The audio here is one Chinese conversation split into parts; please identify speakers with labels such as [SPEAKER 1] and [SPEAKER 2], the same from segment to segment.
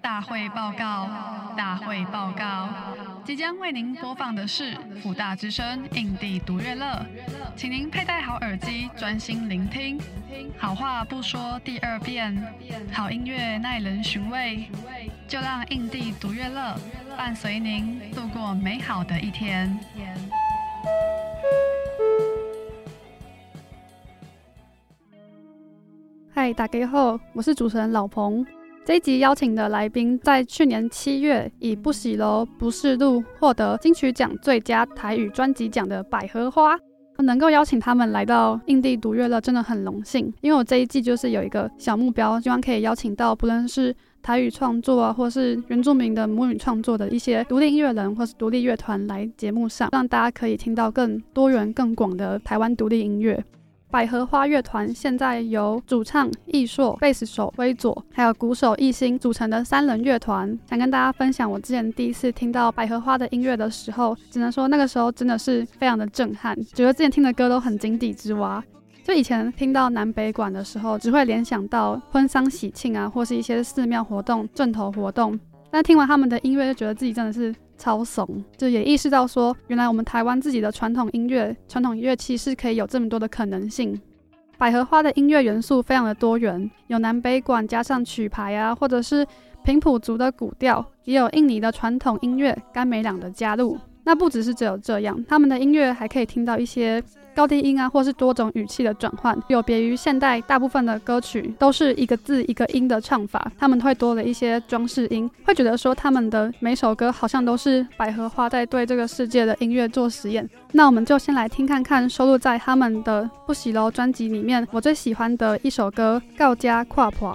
[SPEAKER 1] 大会报告，大会报告。即将为您播放的是辅大之声印地独乐乐，请您佩戴好耳机，专心聆听。好话不说第二遍，好音乐耐人寻味，就让印地独乐乐伴随您度过美好的一天。
[SPEAKER 2] 嗨，打给后，我是主持人老彭。这一集邀请的来宾，在去年七月以《不喜楼不是路》获得金曲奖最佳台语专辑奖的百合花。能够邀请他们来到印地独乐乐，真的很荣幸。因为我这一季就是有一个小目标，希望可以邀请到不论是台语创作啊，或是原住民的母语创作的一些独立音乐人或是独立乐团来节目上，让大家可以听到更多元、更广的台湾独立音乐。百合花乐团现在由主唱易硕、贝斯手威佐，还有鼓手艺兴组成的三人乐团。想跟大家分享我之前第一次听到百合花的音乐的时候，只能说那个时候真的是非常的震撼，觉得之前听的歌都很井底之蛙。就以前听到南北管的时候，只会联想到婚丧喜庆啊，或是一些寺庙活动、正头活动。但听完他们的音乐，就觉得自己真的是超怂，就也意识到说，原来我们台湾自己的传统音乐、传统乐器是可以有这么多的可能性。百合花的音乐元素非常的多元，有南北管加上曲牌啊，或者是平埔族的古调，也有印尼的传统音乐甘美朗的加入。那不只是只有这样，他们的音乐还可以听到一些高低音啊，或是多种语气的转换，有别于现代大部分的歌曲都是一个字一个音的唱法，他们会多了一些装饰音，会觉得说他们的每首歌好像都是百合花在对这个世界的音乐做实验。那我们就先来听看看收录在他们的《不洗楼》专辑里面我最喜欢的一首歌《告家跨婆》。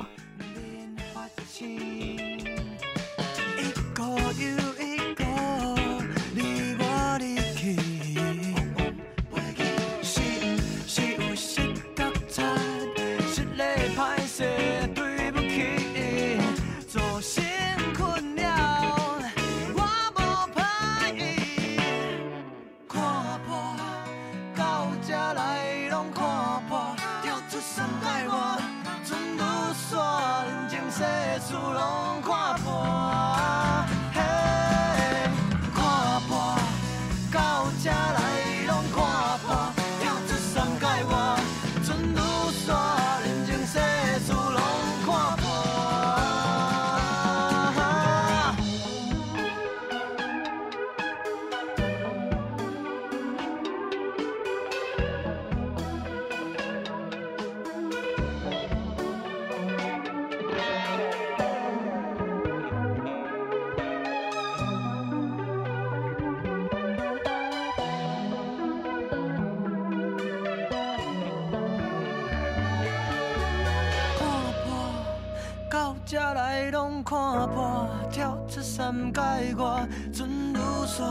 [SPEAKER 3] 三界外，船如沙，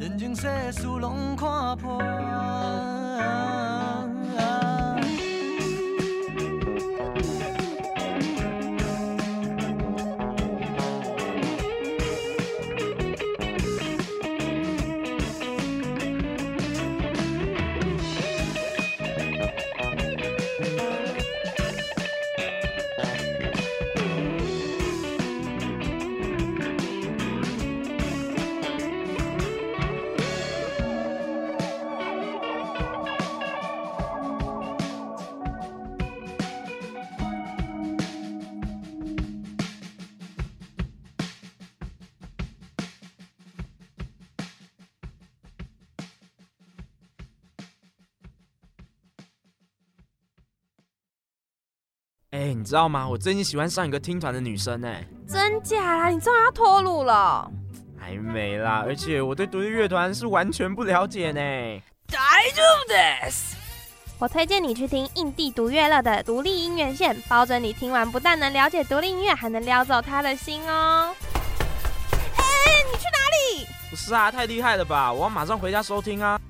[SPEAKER 3] 人情世事拢看破。
[SPEAKER 4] 哎、欸，你知道吗？我最近喜欢上一个听团的女生哎、欸，
[SPEAKER 5] 真假啦？你终于要脱乳了？
[SPEAKER 4] 还没啦，而且我对独立乐团是完全不了解呢。
[SPEAKER 3] I do this。
[SPEAKER 5] 我推荐你去听印地独乐乐的独立音乐线，保准你听完不但能了解独立音乐，还能撩走他的心哦。哎、欸，你去哪里？
[SPEAKER 4] 不是啊，太厉害了吧！我要马上回家收听啊。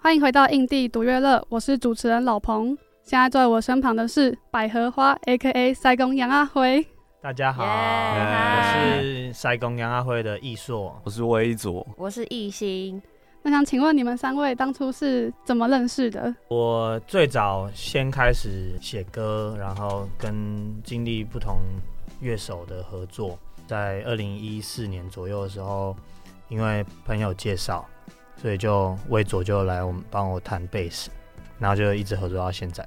[SPEAKER 2] 欢迎回到印地独乐乐，我是主持人老彭。现在坐在我身旁的是百合花，A.K.A. 塞工杨阿啊辉。
[SPEAKER 6] 大家好
[SPEAKER 5] ，yeah,
[SPEAKER 6] 我是塞工杨阿辉的易硕，
[SPEAKER 7] 我是威佐，
[SPEAKER 5] 我是易星。
[SPEAKER 2] 那想请问你们三位当初是怎么认识的？
[SPEAKER 6] 我最早先开始写歌，然后跟经历不同乐手的合作。在二零一四年左右的时候，因为朋友介绍，所以就魏佐就来我们帮我弹贝斯，然后就一直合作到现在。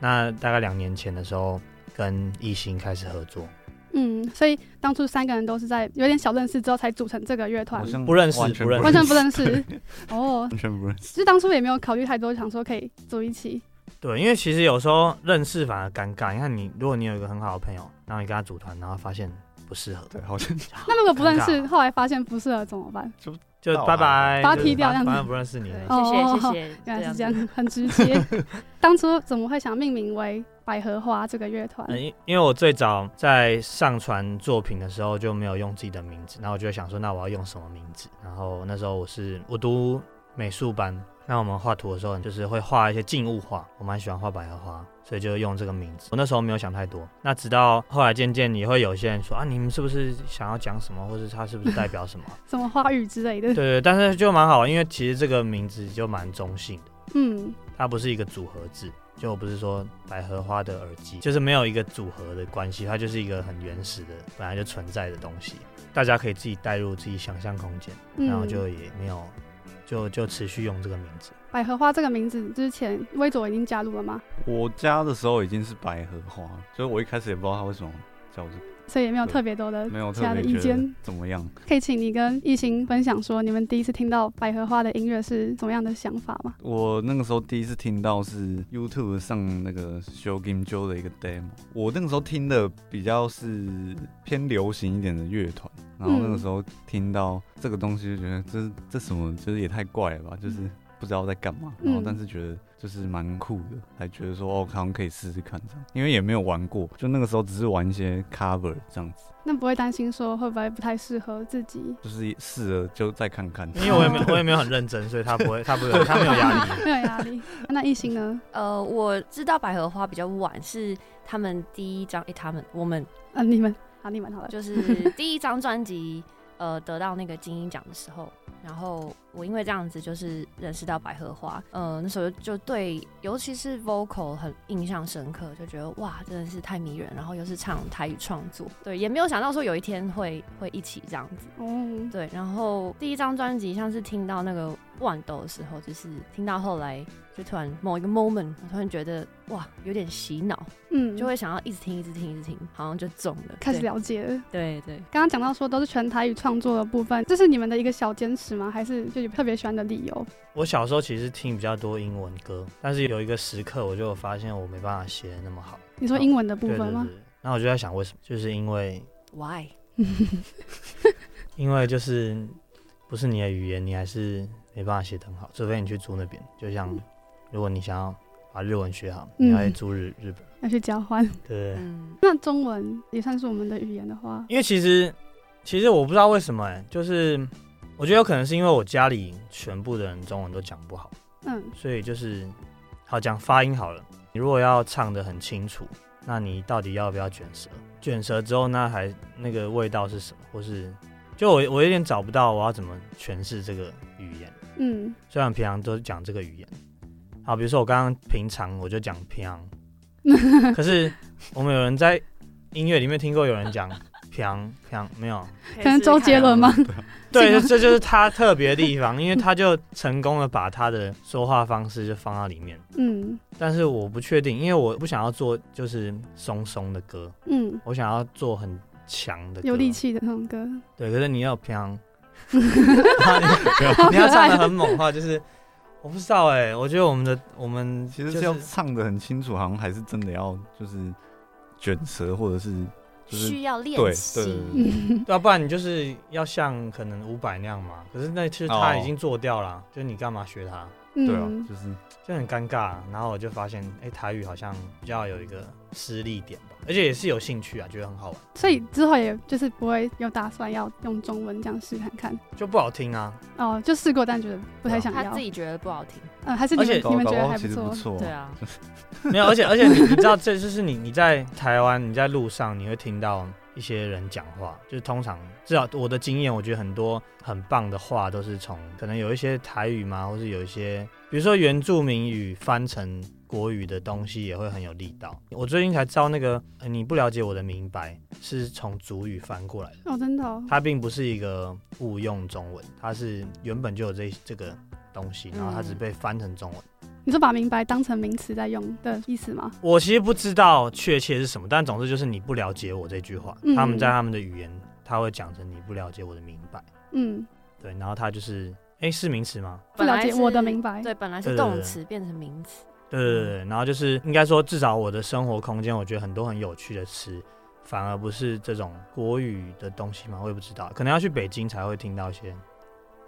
[SPEAKER 6] 那大概两年前的时候，跟艺兴开始合作，
[SPEAKER 2] 嗯，所以当初三个人都是在有点小认识之后才组成这个乐团
[SPEAKER 7] 好，像
[SPEAKER 6] 不认识
[SPEAKER 7] 完全
[SPEAKER 6] 不认识
[SPEAKER 2] 完全不认识。哦，
[SPEAKER 7] 完全不认识。
[SPEAKER 2] 其实当初也没有考虑太多，想说可以组一起。
[SPEAKER 6] 对，因为其实有时候认识反而尴尬。你看你，如果你有一个很好的朋友，然后你跟他组团，然后发现不适合，
[SPEAKER 7] 对，好像
[SPEAKER 2] 那如果不认识，
[SPEAKER 6] 尴尬
[SPEAKER 2] 后来发现不适合怎么办？
[SPEAKER 6] 就拜拜，
[SPEAKER 2] 把他
[SPEAKER 6] 就是
[SPEAKER 2] 踢掉
[SPEAKER 6] 反
[SPEAKER 2] 这样子
[SPEAKER 6] 反正不认识你了。
[SPEAKER 2] 哦
[SPEAKER 8] 对，谢谢谢谢，
[SPEAKER 2] 原来是这
[SPEAKER 8] 子。
[SPEAKER 2] 样，很直接。 当初怎么会想命名为百合花这个乐团？哎
[SPEAKER 6] 嗯，因因为我最早在上传作品的时候就没有用自己的名字，然后我就想说，那我要用什么名字？然后那时候我是我读美术班，那我们画图的时候就是会画一些静物画，我蛮喜欢画百合花，所以就用这个名字。我那时候没有想太多，那直到后来渐渐也会有些人说啊，你们是不是想要讲什么，或是它是不是代表什么？
[SPEAKER 2] 什么花语之类的
[SPEAKER 6] 对？对，但是就蛮好，因为其实这个名字就蛮中性的，
[SPEAKER 2] 嗯，
[SPEAKER 6] 它不是一个组合制，就不是说百合花的耳机，就是没有一个组合的关系，它就是一个很原始的本来就存在的东西，大家可以自己带入自己想象空间，
[SPEAKER 2] 嗯
[SPEAKER 6] 然后就也没有就就持续用这个名字。
[SPEAKER 2] 百合花这个名字之前微佐已经加入了吗？
[SPEAKER 7] 我加的时候已经是百合花，所以我一开始也不知道他为什么叫这个，
[SPEAKER 2] 所以也没有
[SPEAKER 7] 对
[SPEAKER 2] 特别多的
[SPEAKER 7] 没有
[SPEAKER 2] 其
[SPEAKER 7] 特
[SPEAKER 2] 呃他的
[SPEAKER 7] 别
[SPEAKER 2] 意
[SPEAKER 7] 觉得
[SPEAKER 2] 见。
[SPEAKER 7] 怎么样。
[SPEAKER 2] 可以请你跟艺兴分享说，你们第一次听到百合花的音乐是怎么样的想法吗？
[SPEAKER 7] 我那个时候第一次听到是 YouTube 上那个 Show Game Joe 的一个 demo，我那个时候听的比较是偏流行一点的乐团，然后那个时候听到这个东西就觉得这这什么，就是也太怪了吧，就是不知道在干嘛，
[SPEAKER 2] 嗯
[SPEAKER 7] 然后但是觉得就是蛮酷的，还觉得说哦，好像可以试试看这样，因为也没有玩过，就那个时候只是玩一些 cover 这样子，
[SPEAKER 2] 那不会担心说会不会不太适合自己？
[SPEAKER 7] 就是试了就再看看，
[SPEAKER 6] 因为我 也没有我也没有很认真，所以他不会他不会他没有压力。
[SPEAKER 2] 没有压力。那艺兴呢？
[SPEAKER 8] 呃，我知道百合花比较晚，是他们第一张，诶，他们我们
[SPEAKER 2] 啊，你们啊，你们好了，
[SPEAKER 8] 就是第一张专辑，呃，得到那个金鹰奖的时候，然后我因为这样子就是认识到百合花，呃，那时候就对，尤其是 vocal 很印象深刻，就觉得哇，真的是太迷人，然后又是唱台语创作，对，也没有想到说有一天会会一起这样子。
[SPEAKER 2] 哦，
[SPEAKER 8] 对，然后第一张专辑像是听到那个万斗的时候，就是听到后来就突然某一个 moment，我突然觉得哇，有点洗脑，
[SPEAKER 2] 嗯，
[SPEAKER 8] 就会想要一直听，一直听，一直听，好像就中了。
[SPEAKER 2] 开始
[SPEAKER 8] 对，
[SPEAKER 2] 了解了。
[SPEAKER 8] 对对，
[SPEAKER 2] 刚刚讲到说都是全台语创作的部分，这是你们的一个小坚持吗？还是就有特别喜欢的理由？
[SPEAKER 6] 我小时候其实听比较多英文歌，但是有一个时刻我就发现我没办法写的那么好，
[SPEAKER 2] 你说英文的部
[SPEAKER 6] 对对
[SPEAKER 2] 分吗
[SPEAKER 6] 对？。那我就在想为什么，就是因为
[SPEAKER 8] why？
[SPEAKER 6] 因为就是不是你的语言，你还是没办法写得很好，除非你去租那边。就像如果你想要把日文学好，
[SPEAKER 2] 嗯
[SPEAKER 6] 你要去租日、日本，
[SPEAKER 2] 要去交换。
[SPEAKER 6] 对。
[SPEAKER 8] 嗯，
[SPEAKER 2] 那中文也算是我们的语言的话，
[SPEAKER 6] 因为其实其实我不知道为什么、欸，就是我觉得有可能是因为我家里全部的人中文都讲不好，
[SPEAKER 2] 嗯，
[SPEAKER 6] 所以就是好讲发音好了。你如果要唱的很清楚，那你到底要不要卷舌？卷舌之后，那还那个味道是什么？或是就我我有点找不到我要怎么诠释这个语言。
[SPEAKER 2] 嗯，
[SPEAKER 6] 虽然平常都是讲这个语言，好，比如说我刚刚平常我就讲平昂，可是我们有人在音乐里面听过有人讲平昂平昂没 有？
[SPEAKER 8] 可
[SPEAKER 2] 可能周杰伦吗？这
[SPEAKER 6] 对，这
[SPEAKER 2] 个
[SPEAKER 6] 这就是他特别的地方，因为他就成功的把他的说话方式就放到里面。
[SPEAKER 2] 嗯
[SPEAKER 6] 但是我不确定，因为我不想要做就是松松的歌，
[SPEAKER 2] 嗯，
[SPEAKER 6] 我想要做很强的歌，
[SPEAKER 2] 有力。气的那种歌，
[SPEAKER 6] 对，可是你要 平昂，然后你 你要唱的很猛的话，就是我不知道哎、我觉得我们的我们
[SPEAKER 7] 其实
[SPEAKER 6] 就是
[SPEAKER 7] 要唱的很清楚，好像还是真的要就是卷舌或者是
[SPEAKER 6] 呃
[SPEAKER 7] 就是
[SPEAKER 8] 需要
[SPEAKER 7] 对
[SPEAKER 8] 练
[SPEAKER 7] 对对
[SPEAKER 8] 习。
[SPEAKER 7] 对
[SPEAKER 2] 嗯，
[SPEAKER 6] 对啊，不然你就是要像可能伍佰那样嘛。可是那其实他
[SPEAKER 7] 哦
[SPEAKER 6] 已经做掉了，就是你干嘛学他，
[SPEAKER 7] 对啊
[SPEAKER 2] 嗯，
[SPEAKER 7] 就是
[SPEAKER 6] 就很尴尬。然后我就发现，哎、台语好像比较有一个失利点吧，而且也是有兴趣啊，觉得很好玩，
[SPEAKER 2] 所以之后也就是不会有打算要用中文这样试看看，
[SPEAKER 6] 就不好听啊。
[SPEAKER 2] 哦，就试过但觉得不太想
[SPEAKER 8] 他
[SPEAKER 2] 要
[SPEAKER 8] 自，己觉得不好听，
[SPEAKER 2] 嗯，还是你
[SPEAKER 6] 而
[SPEAKER 2] 们
[SPEAKER 6] 且
[SPEAKER 7] 搞
[SPEAKER 2] 你们
[SPEAKER 7] 搞
[SPEAKER 2] 觉
[SPEAKER 7] 不
[SPEAKER 2] 得
[SPEAKER 7] 好
[SPEAKER 2] 还
[SPEAKER 7] 其
[SPEAKER 2] 不
[SPEAKER 7] 实不
[SPEAKER 2] 错，
[SPEAKER 7] 错，
[SPEAKER 8] 对啊，
[SPEAKER 6] 没有，而且而且你你知道，这就是你你在台湾你在路上你会听到一些人讲话，就是通常至少我的经验，我觉得很多很棒的话都是从可能有一些台语嘛，或是有一些比如说原住民语翻成。国语的东西也会很有力道。我最近才知道那个呃你不了解我的明白是从祖语翻过来的，
[SPEAKER 2] 哦，真的、哦，
[SPEAKER 6] 它并不是一个误用中文，它是原本就有这这个东西，然后它只
[SPEAKER 8] 嗯
[SPEAKER 6] 被翻成中文。
[SPEAKER 2] 你是把明白当成名词在用的意思吗？
[SPEAKER 6] 我其实不知道确切是什么，但总之就是你不了解我这句话，
[SPEAKER 2] 嗯
[SPEAKER 6] 他们在他们的语言他会讲成你不了解我的明白，
[SPEAKER 2] 嗯，
[SPEAKER 6] 对，然后他就是哎、诶是名词吗？
[SPEAKER 2] 不了
[SPEAKER 8] 本来
[SPEAKER 2] 解
[SPEAKER 8] 是
[SPEAKER 2] 我的明白，
[SPEAKER 8] 对，本来
[SPEAKER 6] 对
[SPEAKER 8] 是
[SPEAKER 6] 对
[SPEAKER 8] 动
[SPEAKER 6] 对
[SPEAKER 8] 词变成名词，
[SPEAKER 6] 对对对对，然后就是应该说，至少我的生活空间，我觉得很多很有趣的词，反而不是这种国语的东西嘛，我也不知道，可能要去北京才会听到一些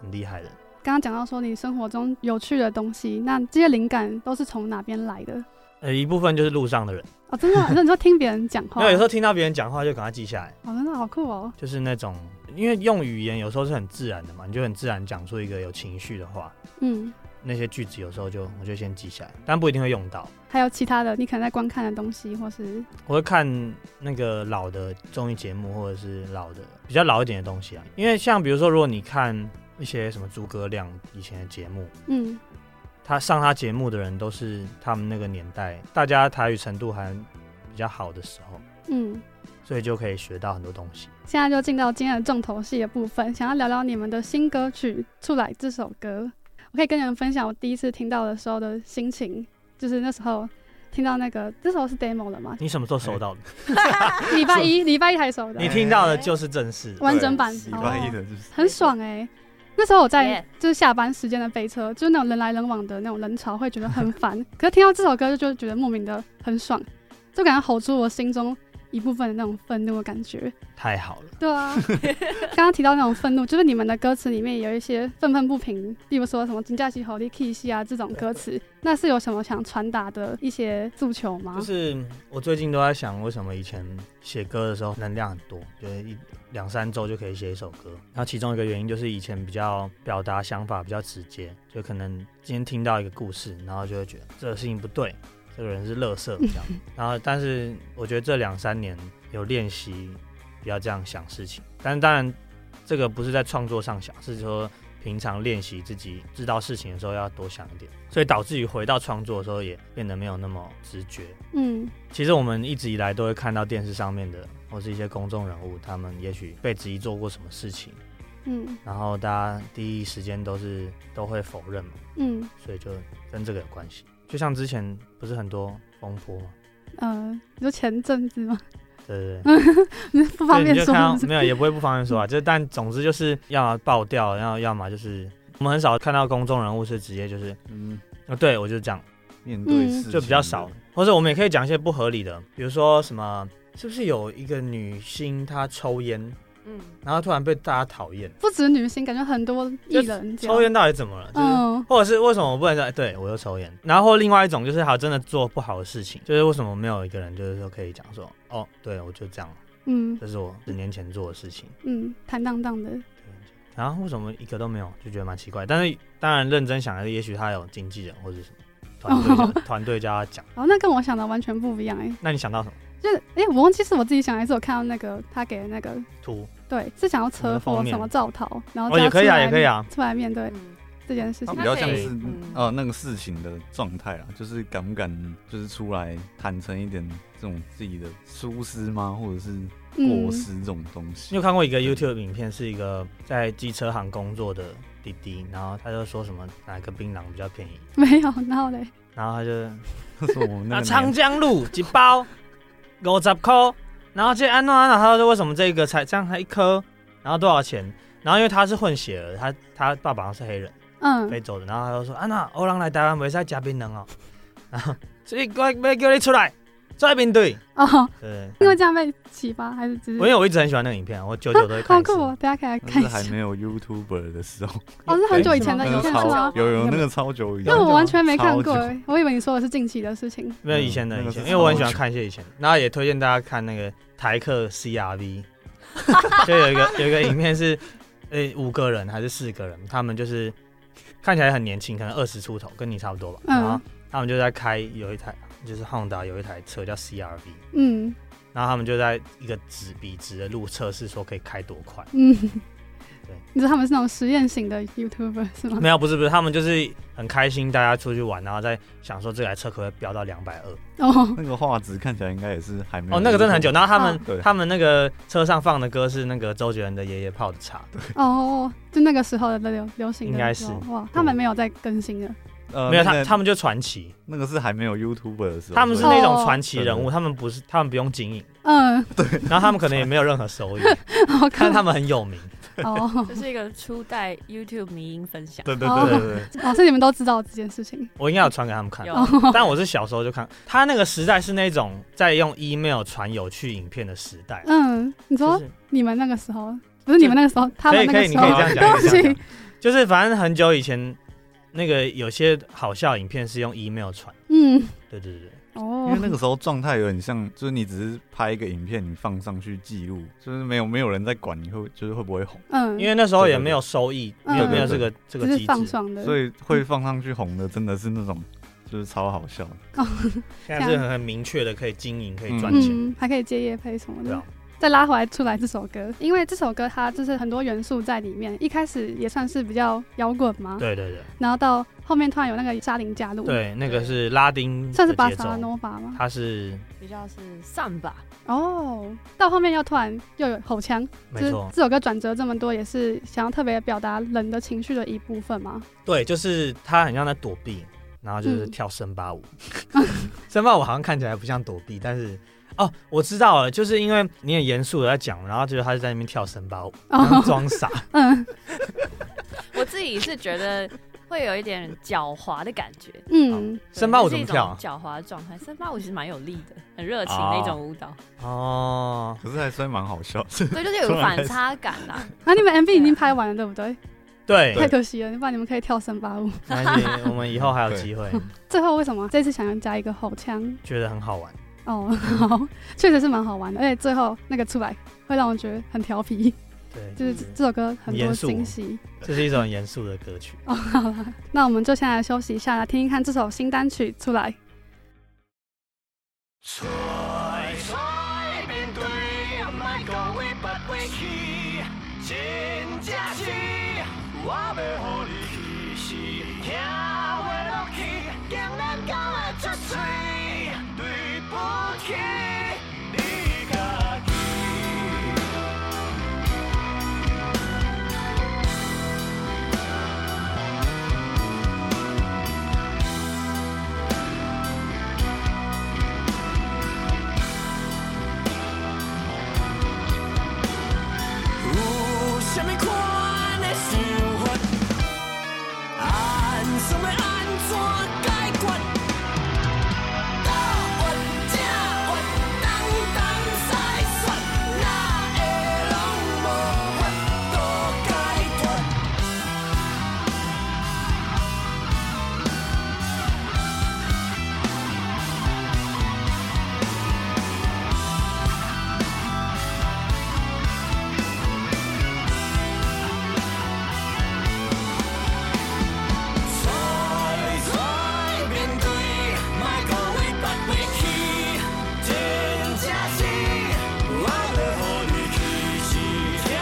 [SPEAKER 6] 很厉害的。
[SPEAKER 2] 刚刚讲到说你生活中有趣的东西，那这些灵感都是从哪边来的？
[SPEAKER 6] 呃，一部分就是路上的人，
[SPEAKER 2] 哦，真的哦，那你说听别人讲话，
[SPEAKER 6] 那有时候听到别人讲话就赶快记下来，
[SPEAKER 2] 哦，真的好酷哦，
[SPEAKER 6] 就是那种，因为用语言有时候是很自然的嘛，你就很自然讲出一个有情绪的话，
[SPEAKER 2] 嗯，
[SPEAKER 6] 那些句子有时候就我就先记下来，但不一定会用到。
[SPEAKER 2] 还有其他的，你可能在观看的东西，或是
[SPEAKER 6] 我会看那个老的综艺节目，或者是老的比较老一点的东西啊。因为像比如说，如果你看一些什么诸葛亮以前的节目，
[SPEAKER 2] 嗯，
[SPEAKER 6] 他上他节目的人都是他们那个年代，大家台语程度还比较好的时候，
[SPEAKER 2] 嗯，
[SPEAKER 6] 所以就可以学到很多东西。
[SPEAKER 2] 现在就进到今天的重头戏的部分，想要聊聊你们的新歌曲《出来》这首歌。我可以跟你们分享我第一次听到的时候的心情，就是那时候听到那个，这时候是 demo 了
[SPEAKER 6] ？
[SPEAKER 2] 嘛
[SPEAKER 6] 你什么时候收到的？
[SPEAKER 2] 礼拜一，礼拜一才收的
[SPEAKER 6] 你，听到的就是正式的。
[SPEAKER 2] 完整版，
[SPEAKER 7] 礼
[SPEAKER 2] 哦
[SPEAKER 7] 拜一的就是
[SPEAKER 2] 很爽哎、那时候我在
[SPEAKER 8] Yeah
[SPEAKER 2] 就是下班时间的飞车，就是那种人来人往的那种人潮，会觉得很烦。可是听到这首歌就就觉得莫名的很爽，就感觉吼出我心中一部分的那种愤怒的感觉。
[SPEAKER 6] 太好了，
[SPEAKER 2] 对 啊，刚刚提到那种愤怒，就是你们的歌词里面有一些愤愤不平，例如说什么“金价西吼力 K 西”啊这种歌词，那是有什么想传达的一些诉求吗？
[SPEAKER 6] 就是我最近都在想，为什么以前写歌的时候能量很多，就是一两三周就可以写一首歌。然后其中一个原因就是以前比较表达想法比较直接，就可能今天听到一个故事，然后就会觉得这个事情不对，这个人是垃圾这样。然后但是我觉得这两三年有练习不要这样想事情，但是当然这个不是在创作上想，是说。平常练习自己知道事情的时候要多想一点，所以导致于回到创作的时候也变得没有那么直觉，
[SPEAKER 2] 嗯
[SPEAKER 6] 其实我们一直以来都会看到电视上面的，或是一些公众人物，他们也许被质疑做过什么事情，
[SPEAKER 2] 嗯
[SPEAKER 6] 然后大家第一时间都是都会否认嘛，
[SPEAKER 2] 嗯
[SPEAKER 6] 所以就跟这个有关系。就像之前不是很多风波嘛，
[SPEAKER 2] 呃，你说前阵子吗？
[SPEAKER 6] 对不对？
[SPEAKER 2] 不嗯方
[SPEAKER 6] 对
[SPEAKER 2] 便
[SPEAKER 6] 你就
[SPEAKER 2] 说
[SPEAKER 6] 看
[SPEAKER 2] 是
[SPEAKER 6] 到
[SPEAKER 2] 不是，
[SPEAKER 6] 没有，也不会不方便说啊。就但总之就是要么爆掉，要要么就是我们很少看到公众人物是直接就是
[SPEAKER 7] 嗯，
[SPEAKER 6] 啊，对我就这样，
[SPEAKER 7] 面
[SPEAKER 2] 嗯
[SPEAKER 7] 对事情
[SPEAKER 6] 就比较少，或者我们也可以讲一些不合理的，比如说什么，是不是有一个女星她抽烟？
[SPEAKER 8] 嗯，
[SPEAKER 6] 然后突然被大家讨厌，
[SPEAKER 2] 不止女星，感觉很多艺人这样
[SPEAKER 6] 抽烟到底怎么了？就是。
[SPEAKER 2] 嗯
[SPEAKER 6] 或者是为什么我不能在？哎对我又抽烟，然后另外一种就是他真的做不好的事情，就是为什么没有一个人就是说可以讲说，哦，对我就这样，
[SPEAKER 2] 嗯
[SPEAKER 6] 这是我十年前做的事情，
[SPEAKER 2] 嗯，坦荡荡的，
[SPEAKER 6] 然后为什么一个都没有，就觉得蛮奇怪。但是当然认真想，也许他有经纪人或者什么团队叫团队叫他讲。
[SPEAKER 2] 然哦后那跟我想的完全不一样哎、
[SPEAKER 6] 那你想到什么？
[SPEAKER 2] 就是哎、我忘记是我自己想还是我看到那个他给的那个，
[SPEAKER 6] 图
[SPEAKER 2] 对，是想要车祸
[SPEAKER 6] 我们的封面
[SPEAKER 2] 什么造逃，然后
[SPEAKER 6] 哦，
[SPEAKER 2] 叫
[SPEAKER 6] 也
[SPEAKER 2] 他
[SPEAKER 6] 可以啊，
[SPEAKER 2] 出来
[SPEAKER 6] 也可以啊。
[SPEAKER 2] 出来面对
[SPEAKER 8] 嗯
[SPEAKER 2] 这件事
[SPEAKER 7] 它
[SPEAKER 2] 情
[SPEAKER 7] 比。较像是
[SPEAKER 8] 嗯
[SPEAKER 7] 呃那个事情的状态啦，就是敢不敢就是出来坦诚一点这种自己的疏失吗，或者是
[SPEAKER 2] 嗯
[SPEAKER 7] 过失这种东
[SPEAKER 6] 你
[SPEAKER 7] 西
[SPEAKER 6] 有。看过一个 YouTube 影片，是一个在机车行工作的弟弟，然后他就说什么哪个槟榔比较便宜，
[SPEAKER 2] 没有，然后嘞，
[SPEAKER 6] 然后他就
[SPEAKER 7] 就是我们那
[SPEAKER 6] 啊，
[SPEAKER 7] 个
[SPEAKER 6] 长
[SPEAKER 7] 年
[SPEAKER 6] 江路一包 五十块，然后这安诺安诺，他说为什么这个才这样才一颗，然后多少钱？然后因为他是混血儿，他他爸爸好像是黑人，非
[SPEAKER 2] 嗯，
[SPEAKER 6] 洲的，然后他就说安娜，欧人来台湾袂使吃槟榔哦，然后所以我要叫你出来，出来面对。
[SPEAKER 2] 哦，
[SPEAKER 6] 对，
[SPEAKER 2] 因为这样被启发，还是只
[SPEAKER 6] 因
[SPEAKER 2] 是
[SPEAKER 6] 为我一直很喜欢那个影片，啊我久久都会看
[SPEAKER 2] 好
[SPEAKER 6] 一次
[SPEAKER 2] 酷。哦，大家可以来
[SPEAKER 7] 那
[SPEAKER 2] 看
[SPEAKER 7] 是
[SPEAKER 2] 一
[SPEAKER 7] 还
[SPEAKER 2] 下。
[SPEAKER 7] 没有 YouTuber 的时候，
[SPEAKER 2] 哦，是很久以前的
[SPEAKER 7] 那
[SPEAKER 2] 影
[SPEAKER 7] 个
[SPEAKER 2] 片是吗
[SPEAKER 7] 超？有有那个超久以前
[SPEAKER 2] 那，我完全没看过
[SPEAKER 7] 超久
[SPEAKER 2] 欸，我以为你说的是近期的事情。
[SPEAKER 6] 没有以前的以
[SPEAKER 7] 嗯那个是
[SPEAKER 6] 前，因为我很喜欢
[SPEAKER 7] 超
[SPEAKER 6] 看一些以前，然后也推荐大家看那个台客 CRV，就有一 个有一个影片是，呃、五个人还是四个人，他们就是看起来很年轻，可能二十出头，跟你差不多吧。
[SPEAKER 2] 嗯
[SPEAKER 6] 然后他们就在开有一台就是 Honda 有一台车叫 CRV，
[SPEAKER 2] 嗯
[SPEAKER 6] 然后他们就在一个直笔直的路测试说可以开多快，
[SPEAKER 2] 嗯，你说他们是那种实验型的 YouTuber 是吗？
[SPEAKER 6] 没有，不是不是，他们就是很开心，大家出去玩，然后再想说这台车可不可以飙到两百二。
[SPEAKER 2] 哦，
[SPEAKER 7] 那个画质看起来应该也是还没有
[SPEAKER 6] 哦，那个真的很久。然后他们、
[SPEAKER 7] 嗯对
[SPEAKER 6] 他们那个车上放的歌是那个周杰伦的《爷爷泡的茶
[SPEAKER 2] 哦，就那个时候的流流行的，
[SPEAKER 6] 应该是
[SPEAKER 2] 哇，他们没有在更新了，
[SPEAKER 7] 呃，》，
[SPEAKER 6] 没有
[SPEAKER 7] 那
[SPEAKER 6] 他
[SPEAKER 7] 个
[SPEAKER 6] 他们就传奇，
[SPEAKER 7] 那个是还没有 YouTuber 的时候，
[SPEAKER 6] 他们是
[SPEAKER 7] 所以
[SPEAKER 6] 那种传奇人
[SPEAKER 7] 对
[SPEAKER 6] 物，
[SPEAKER 7] 对
[SPEAKER 6] 他们不是他们不用经 营，
[SPEAKER 2] 嗯，
[SPEAKER 6] 然后他们可能也没有任何收益，
[SPEAKER 2] 好
[SPEAKER 6] 但
[SPEAKER 2] 看
[SPEAKER 6] 是他们很有名。
[SPEAKER 2] 哦，
[SPEAKER 8] 这是一个初代 YouTube 迷音分享。
[SPEAKER 7] 对对对对对，
[SPEAKER 2] 哦，所以你们都知道这件事情，
[SPEAKER 6] 我应该有传给他们 看
[SPEAKER 8] 有，
[SPEAKER 2] 哦
[SPEAKER 6] 但我是小时候就看。他那个时代是那种在用 email 传有趣影片的时代，
[SPEAKER 2] 嗯，你
[SPEAKER 6] 就
[SPEAKER 2] 说
[SPEAKER 6] 是
[SPEAKER 2] 你们那个时候不是你们那个时候，他
[SPEAKER 6] 可
[SPEAKER 2] 们
[SPEAKER 6] 以
[SPEAKER 2] 那
[SPEAKER 6] 可
[SPEAKER 2] 个
[SPEAKER 6] 以，你
[SPEAKER 2] 时
[SPEAKER 6] 可以这
[SPEAKER 2] 候，
[SPEAKER 6] 样
[SPEAKER 2] 对
[SPEAKER 6] 讲，
[SPEAKER 2] 不
[SPEAKER 6] 可以这样
[SPEAKER 2] 起
[SPEAKER 6] 讲，就是反正很久以前那个有些好笑影片是用 email 传，
[SPEAKER 2] 嗯，
[SPEAKER 6] 对对对对。
[SPEAKER 7] 因为
[SPEAKER 2] 哦，
[SPEAKER 7] 那个时候状态有点像，就是你只是拍一个影片，你放上去记录，就是没有没有人在管你会就是会不会红，
[SPEAKER 2] 嗯，
[SPEAKER 6] 因为那时候也没有收益，
[SPEAKER 2] 对
[SPEAKER 6] 没有
[SPEAKER 2] 对
[SPEAKER 6] 没有这
[SPEAKER 7] 对
[SPEAKER 6] 个这个
[SPEAKER 2] 嗯只
[SPEAKER 6] 机
[SPEAKER 2] 是放
[SPEAKER 6] 制，
[SPEAKER 2] 爽的，
[SPEAKER 7] 所以会放上去红的真的是那种就是超好笑的。
[SPEAKER 6] 现在是很很明确的可以经营可以赚钱，
[SPEAKER 2] 嗯，还可以接夜配什么
[SPEAKER 6] 对
[SPEAKER 2] 的
[SPEAKER 6] 啊。
[SPEAKER 2] 再拉回来出来这首歌，因为这首歌它就是很多元素在里面，一开始也算是比较摇滚嘛，
[SPEAKER 6] 对对对
[SPEAKER 2] 然后到后面突然有那个沙林加入，，
[SPEAKER 6] 对，那个是拉丁
[SPEAKER 2] 算
[SPEAKER 6] 的
[SPEAKER 2] 是巴
[SPEAKER 6] 节
[SPEAKER 2] 萨
[SPEAKER 6] 奏，
[SPEAKER 2] 诺瓦嘛，
[SPEAKER 6] 它是
[SPEAKER 8] 比较是上吧，
[SPEAKER 2] 哦，到后面又突然又有吼腔，就
[SPEAKER 6] 没
[SPEAKER 2] 是
[SPEAKER 6] 错，
[SPEAKER 2] 这首歌转折这么多，也是想要特别表达人的情绪的一部分嘛，
[SPEAKER 6] 对，就是它很像在躲避，然后就是
[SPEAKER 2] 嗯
[SPEAKER 6] 跳森 巴舞，森巴舞好像看起来不像躲避，但是。哦，我知道了，就是因为你很严肃的在讲，然后就是他就在那边跳森巴舞，然后
[SPEAKER 2] 哦，
[SPEAKER 6] 装傻，
[SPEAKER 2] 嗯
[SPEAKER 8] 我自己是觉得会有一点狡猾的感觉。
[SPEAKER 2] 嗯，
[SPEAKER 6] 森巴舞怎么
[SPEAKER 8] 对是一种
[SPEAKER 6] 跳啊
[SPEAKER 8] 狡猾的状态，森巴舞其实蛮有力的，很热情
[SPEAKER 6] 哦
[SPEAKER 8] 的一种舞蹈。
[SPEAKER 6] 哦，
[SPEAKER 7] 可是还算蛮好笑的，
[SPEAKER 8] 对，就是有个反差感啦。
[SPEAKER 2] 啊，你们 MV 已经拍完了对不对？
[SPEAKER 6] 对，
[SPEAKER 2] 太可惜了，不然你们可以跳森巴舞。
[SPEAKER 6] 没关系，我们以后还有机会，
[SPEAKER 2] 最后为什么这次想要加一个吼腔？
[SPEAKER 6] 觉得很好玩。
[SPEAKER 2] 哦， 好，确实是蛮好玩的，而且最后那个出来会让我觉得很调皮，
[SPEAKER 6] 对，
[SPEAKER 2] 就是这首歌很多
[SPEAKER 6] 嗯严肃
[SPEAKER 2] 惊喜。
[SPEAKER 6] 这是一首很严肃的歌曲。
[SPEAKER 2] 哦，好了，那我们就先来休息一下，来听听看这首新单曲出来。
[SPEAKER 3] 吹水面对，莫讲你不会去，真正是我要互你是听袂落去，竟然讲会出嘴，对不起你家己。有什么款的想法？安怎要安怎解决？倒越正越东东西西，哪会拢无法度解脱？在在面对，莫讲你不会去，真正是我要互你去是听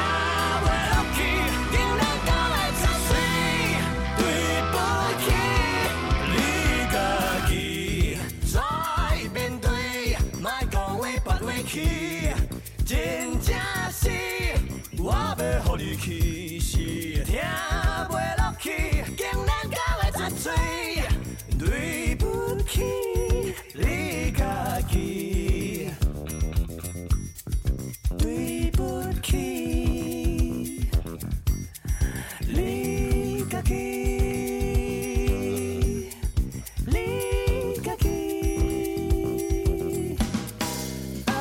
[SPEAKER 3] 袂落去，竟然讲会作祟，对不起你家己。在面对，莫讲你不会去，真正是我要互你去是听袂落去，竟然到会作祟，对不起你家己，对不起你家己。你家己啊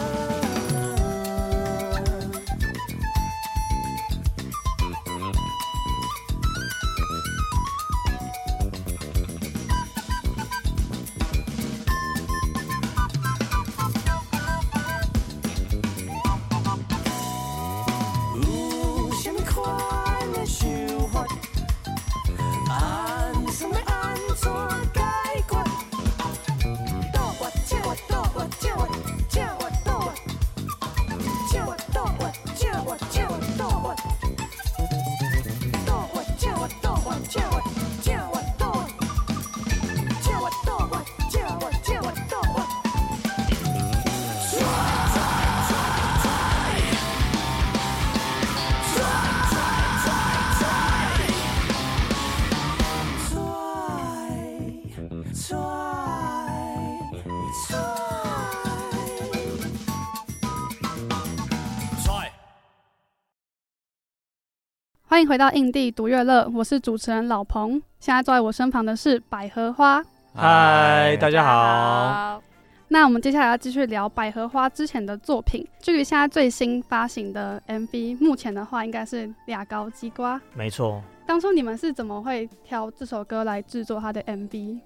[SPEAKER 2] 欢迎回到印地独乐乐，我是主持人老彭。现在坐在我身旁的是百合花。
[SPEAKER 7] 哎
[SPEAKER 6] 嗨， 大家好。
[SPEAKER 8] 好，
[SPEAKER 2] 那我们接下来要继续聊百合花之前的作品。至于现在最新发行的 MV，目前的话应该是《俩高鸡瓜》。
[SPEAKER 6] 没错，
[SPEAKER 2] 当初你们是怎么会挑这首歌来制作它的 MV？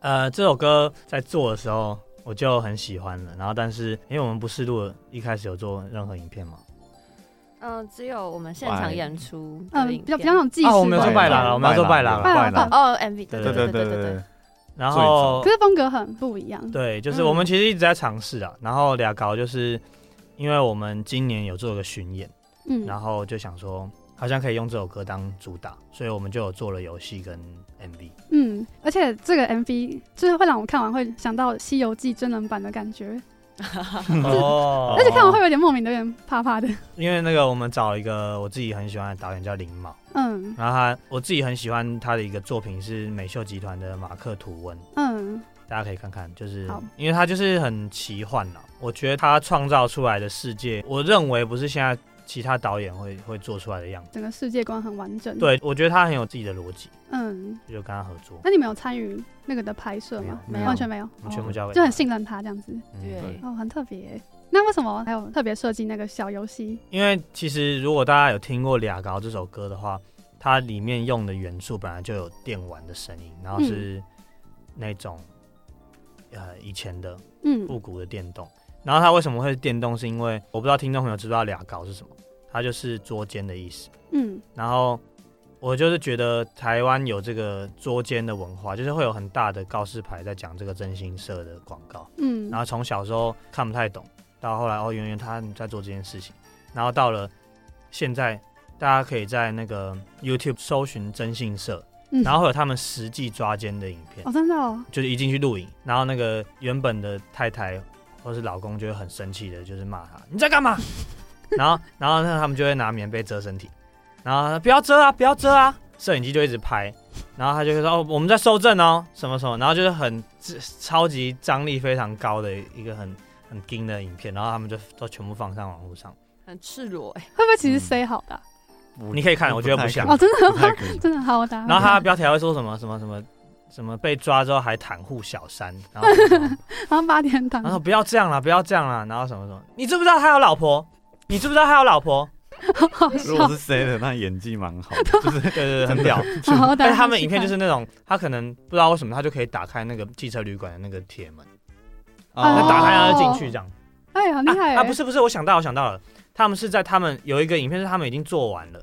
[SPEAKER 6] 呃，这首歌在做的时候我就很喜欢了，然后但是因为我们不是录了一开始有做任何影片嘛，
[SPEAKER 8] 嗯、只有我们现场演出的
[SPEAKER 2] 嗯，
[SPEAKER 8] 影片，
[SPEAKER 2] 比较比较那种纪实嗯
[SPEAKER 6] 哦我们有做
[SPEAKER 2] 感
[SPEAKER 6] 拜郎了，我们有做拜郎了，
[SPEAKER 2] 拜
[SPEAKER 7] 拜
[SPEAKER 2] 郎
[SPEAKER 7] 郎，
[SPEAKER 8] 哦，MV，
[SPEAKER 7] 对
[SPEAKER 8] 对对
[SPEAKER 7] 对
[SPEAKER 8] 对
[SPEAKER 7] 对
[SPEAKER 8] 对
[SPEAKER 7] 对，
[SPEAKER 6] 然后
[SPEAKER 2] 可是风格很不一样。
[SPEAKER 6] 对，就是我们其实一直在尝试啊，然后俩搞就是因为我们今年有做个巡演，
[SPEAKER 2] 嗯，
[SPEAKER 6] 然后就想说好像可以用这首歌当主打，所以我们就有做了游戏跟 MV。
[SPEAKER 2] 嗯，而且这个 MV 就是会让我看完会想到《西游记》真人版的感觉，
[SPEAKER 6] 哦
[SPEAKER 2] 而且看完会有点莫名的有点怕怕的。
[SPEAKER 6] 因为那个我们找一个我自己很喜欢的导演叫林茂，
[SPEAKER 2] 嗯
[SPEAKER 6] 然后他我自己很喜欢他的一个作品是美秀集团的马克吐温，
[SPEAKER 2] 嗯
[SPEAKER 6] 大家可以看看，就是
[SPEAKER 2] 好
[SPEAKER 6] 因为它就是很奇幻啦。我觉得他创造出来的世界，我认为不是现在其他导演会会做出来的样子。
[SPEAKER 2] 整个世界观很完整。，
[SPEAKER 6] 对，我觉得他很有自己的逻辑，
[SPEAKER 2] 嗯，
[SPEAKER 6] 就跟他合作，
[SPEAKER 2] 那你们有参与那个的拍摄吗？
[SPEAKER 6] 没有没有
[SPEAKER 2] 完全没有，
[SPEAKER 6] 我们全部
[SPEAKER 2] 哦
[SPEAKER 6] 交给
[SPEAKER 2] 就
[SPEAKER 6] 他
[SPEAKER 2] 很信任他这样子。
[SPEAKER 6] 嗯
[SPEAKER 8] 对
[SPEAKER 2] 哦，很特别。那为什么还有特别设计那个小游戏？
[SPEAKER 6] 因为其实如果大家有听过《俩高》这首歌的话，它里面用的元素本来就有电玩的声音，然后是那种、呃以前的
[SPEAKER 2] 嗯
[SPEAKER 6] 复古的电动。然后它为什么会是电动？是因为我不知道听众朋友知不知道“俩高”是什么，它就是捉奸的意思。
[SPEAKER 2] 嗯
[SPEAKER 6] 然后我就是觉得台湾有这个捉奸的文化，就是会有很大的告示牌在讲这个真心社的广告。
[SPEAKER 2] 嗯
[SPEAKER 6] 然后从小时候看不太懂，到后来哦，原来他在做这件事情，然后到了现在，大家可以在那个 YouTube 搜寻征信社，
[SPEAKER 2] 嗯
[SPEAKER 6] 然后会有他们实际抓奸的影片，
[SPEAKER 2] 哦，真的哦，
[SPEAKER 6] 就是一进去录影，然后那个原本的太太或是老公就会很生气的，就是骂他你在干嘛？ 然后然后那他们就会拿棉被遮身体，然后他说不要遮啊，不要遮啊，摄影机就一直拍，然后他就会说哦我们在收证哦什么什么，然后就是很自超级张力非常高的一个很很惊的影片，然后他们就都全部放上网络上，
[SPEAKER 8] 很赤裸哎、
[SPEAKER 2] 会不会其实
[SPEAKER 7] 嗯
[SPEAKER 2] say 好的啊？
[SPEAKER 6] 你可以看我觉得不像
[SPEAKER 2] 哦，真的
[SPEAKER 7] 不
[SPEAKER 2] 吗
[SPEAKER 7] 太可以
[SPEAKER 2] 真的好，我打。
[SPEAKER 6] 然后他的标题还会说什么什么什么什么被抓之后还袒护小三，然后什么
[SPEAKER 2] 然后八点档
[SPEAKER 6] 然，后不要这样啦，不要这样啦，然后什么什么，你知不知道他有老婆？你知不知道他有老婆？
[SPEAKER 2] 好
[SPEAKER 7] 如果
[SPEAKER 2] 笑，
[SPEAKER 7] 是 C 的，那演技蛮好的， 就是
[SPEAKER 6] 对对对，很屌。
[SPEAKER 2] 好我打
[SPEAKER 6] 但
[SPEAKER 2] 算
[SPEAKER 6] 是他们
[SPEAKER 2] 去
[SPEAKER 6] 影片就
[SPEAKER 2] 看
[SPEAKER 6] 是那种，他可能不知道为什么，他就可以打开那个汽车旅馆的那个铁门，
[SPEAKER 2] 哦
[SPEAKER 7] 啊
[SPEAKER 6] 那打开然
[SPEAKER 2] 了
[SPEAKER 6] 后进去这样。
[SPEAKER 2] 哎呀，很厉害
[SPEAKER 6] 啊啊！不
[SPEAKER 2] 是，
[SPEAKER 6] 是不是，我想到我想到了，他们是在他们有一个影片是他们已经做完了，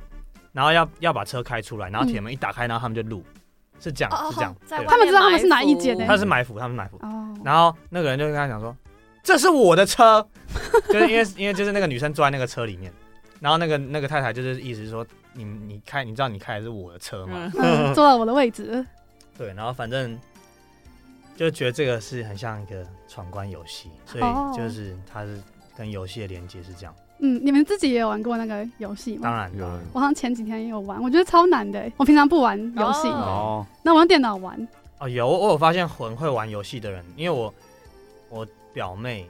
[SPEAKER 6] 然后要要把车开出来，然后铁门一打开，然后他们就录，是这样是这样。
[SPEAKER 8] 在
[SPEAKER 6] 对
[SPEAKER 8] 外
[SPEAKER 2] 他们
[SPEAKER 8] 面
[SPEAKER 2] 知道他们是哪一
[SPEAKER 8] 埋伏
[SPEAKER 2] 间呢
[SPEAKER 6] 他是埋伏，他们是埋伏。
[SPEAKER 2] 哦，
[SPEAKER 6] 然后那个人就跟他讲说：“这是我的车。” 就是因为因为就是那个女生坐在那个车里面，然后那个那个太太就是意思是说你你开你知道你开的是我的车吗？
[SPEAKER 8] 嗯
[SPEAKER 2] 嗯，坐到我的位置，
[SPEAKER 6] 对，然后反正就觉得这个是很像一个闯关游戏，所
[SPEAKER 2] 哦
[SPEAKER 6] 以就是它是跟游戏的连接是这样。
[SPEAKER 2] 嗯，你们自己也有玩过那个游戏
[SPEAKER 6] 当
[SPEAKER 2] 吗？
[SPEAKER 6] 然，当然
[SPEAKER 7] 有
[SPEAKER 2] 我好像前几天也有玩，我觉得超难的欸。我平常不玩游戏，
[SPEAKER 7] 哦，
[SPEAKER 8] 哦
[SPEAKER 2] 那我用电脑玩。
[SPEAKER 6] 哦，有我有发现很会玩游戏的人，因为我我表妹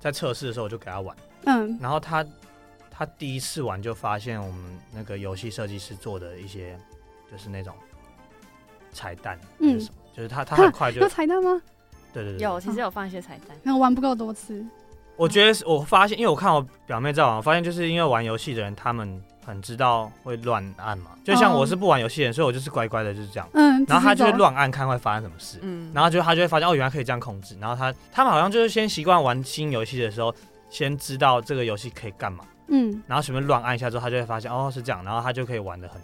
[SPEAKER 6] 在测试的时候我就给她玩。
[SPEAKER 2] 嗯，
[SPEAKER 6] 然后他他第一次玩就发现我们那个游戏设计师做的一些就是那种彩蛋，
[SPEAKER 2] 嗯
[SPEAKER 6] 嗯，就是他他很快就
[SPEAKER 2] 有彩蛋吗？
[SPEAKER 6] 对对对，
[SPEAKER 8] 有，其实有放一些彩蛋。
[SPEAKER 2] 那我玩不够多次。
[SPEAKER 6] 我觉得是我发现，因为我看我表妹在玩，我发现就是因为玩游戏的人他们很知道会乱按嘛，就像
[SPEAKER 2] 哦
[SPEAKER 6] 我是不玩游戏的人，所以我就是乖乖的就是这样，
[SPEAKER 2] 嗯，
[SPEAKER 6] 然后他就会
[SPEAKER 2] 直接走，
[SPEAKER 6] 乱按看会发生什么事，
[SPEAKER 8] 嗯，
[SPEAKER 6] 然后就他就会发现哦，原来可以这样控制。然后他他们好像就是先习惯玩新游戏的时候，先知道这个游戏可以干嘛，
[SPEAKER 2] 嗯
[SPEAKER 6] 然后随便乱按一下之后，他就会发现哦是这样，然后他就可以玩的很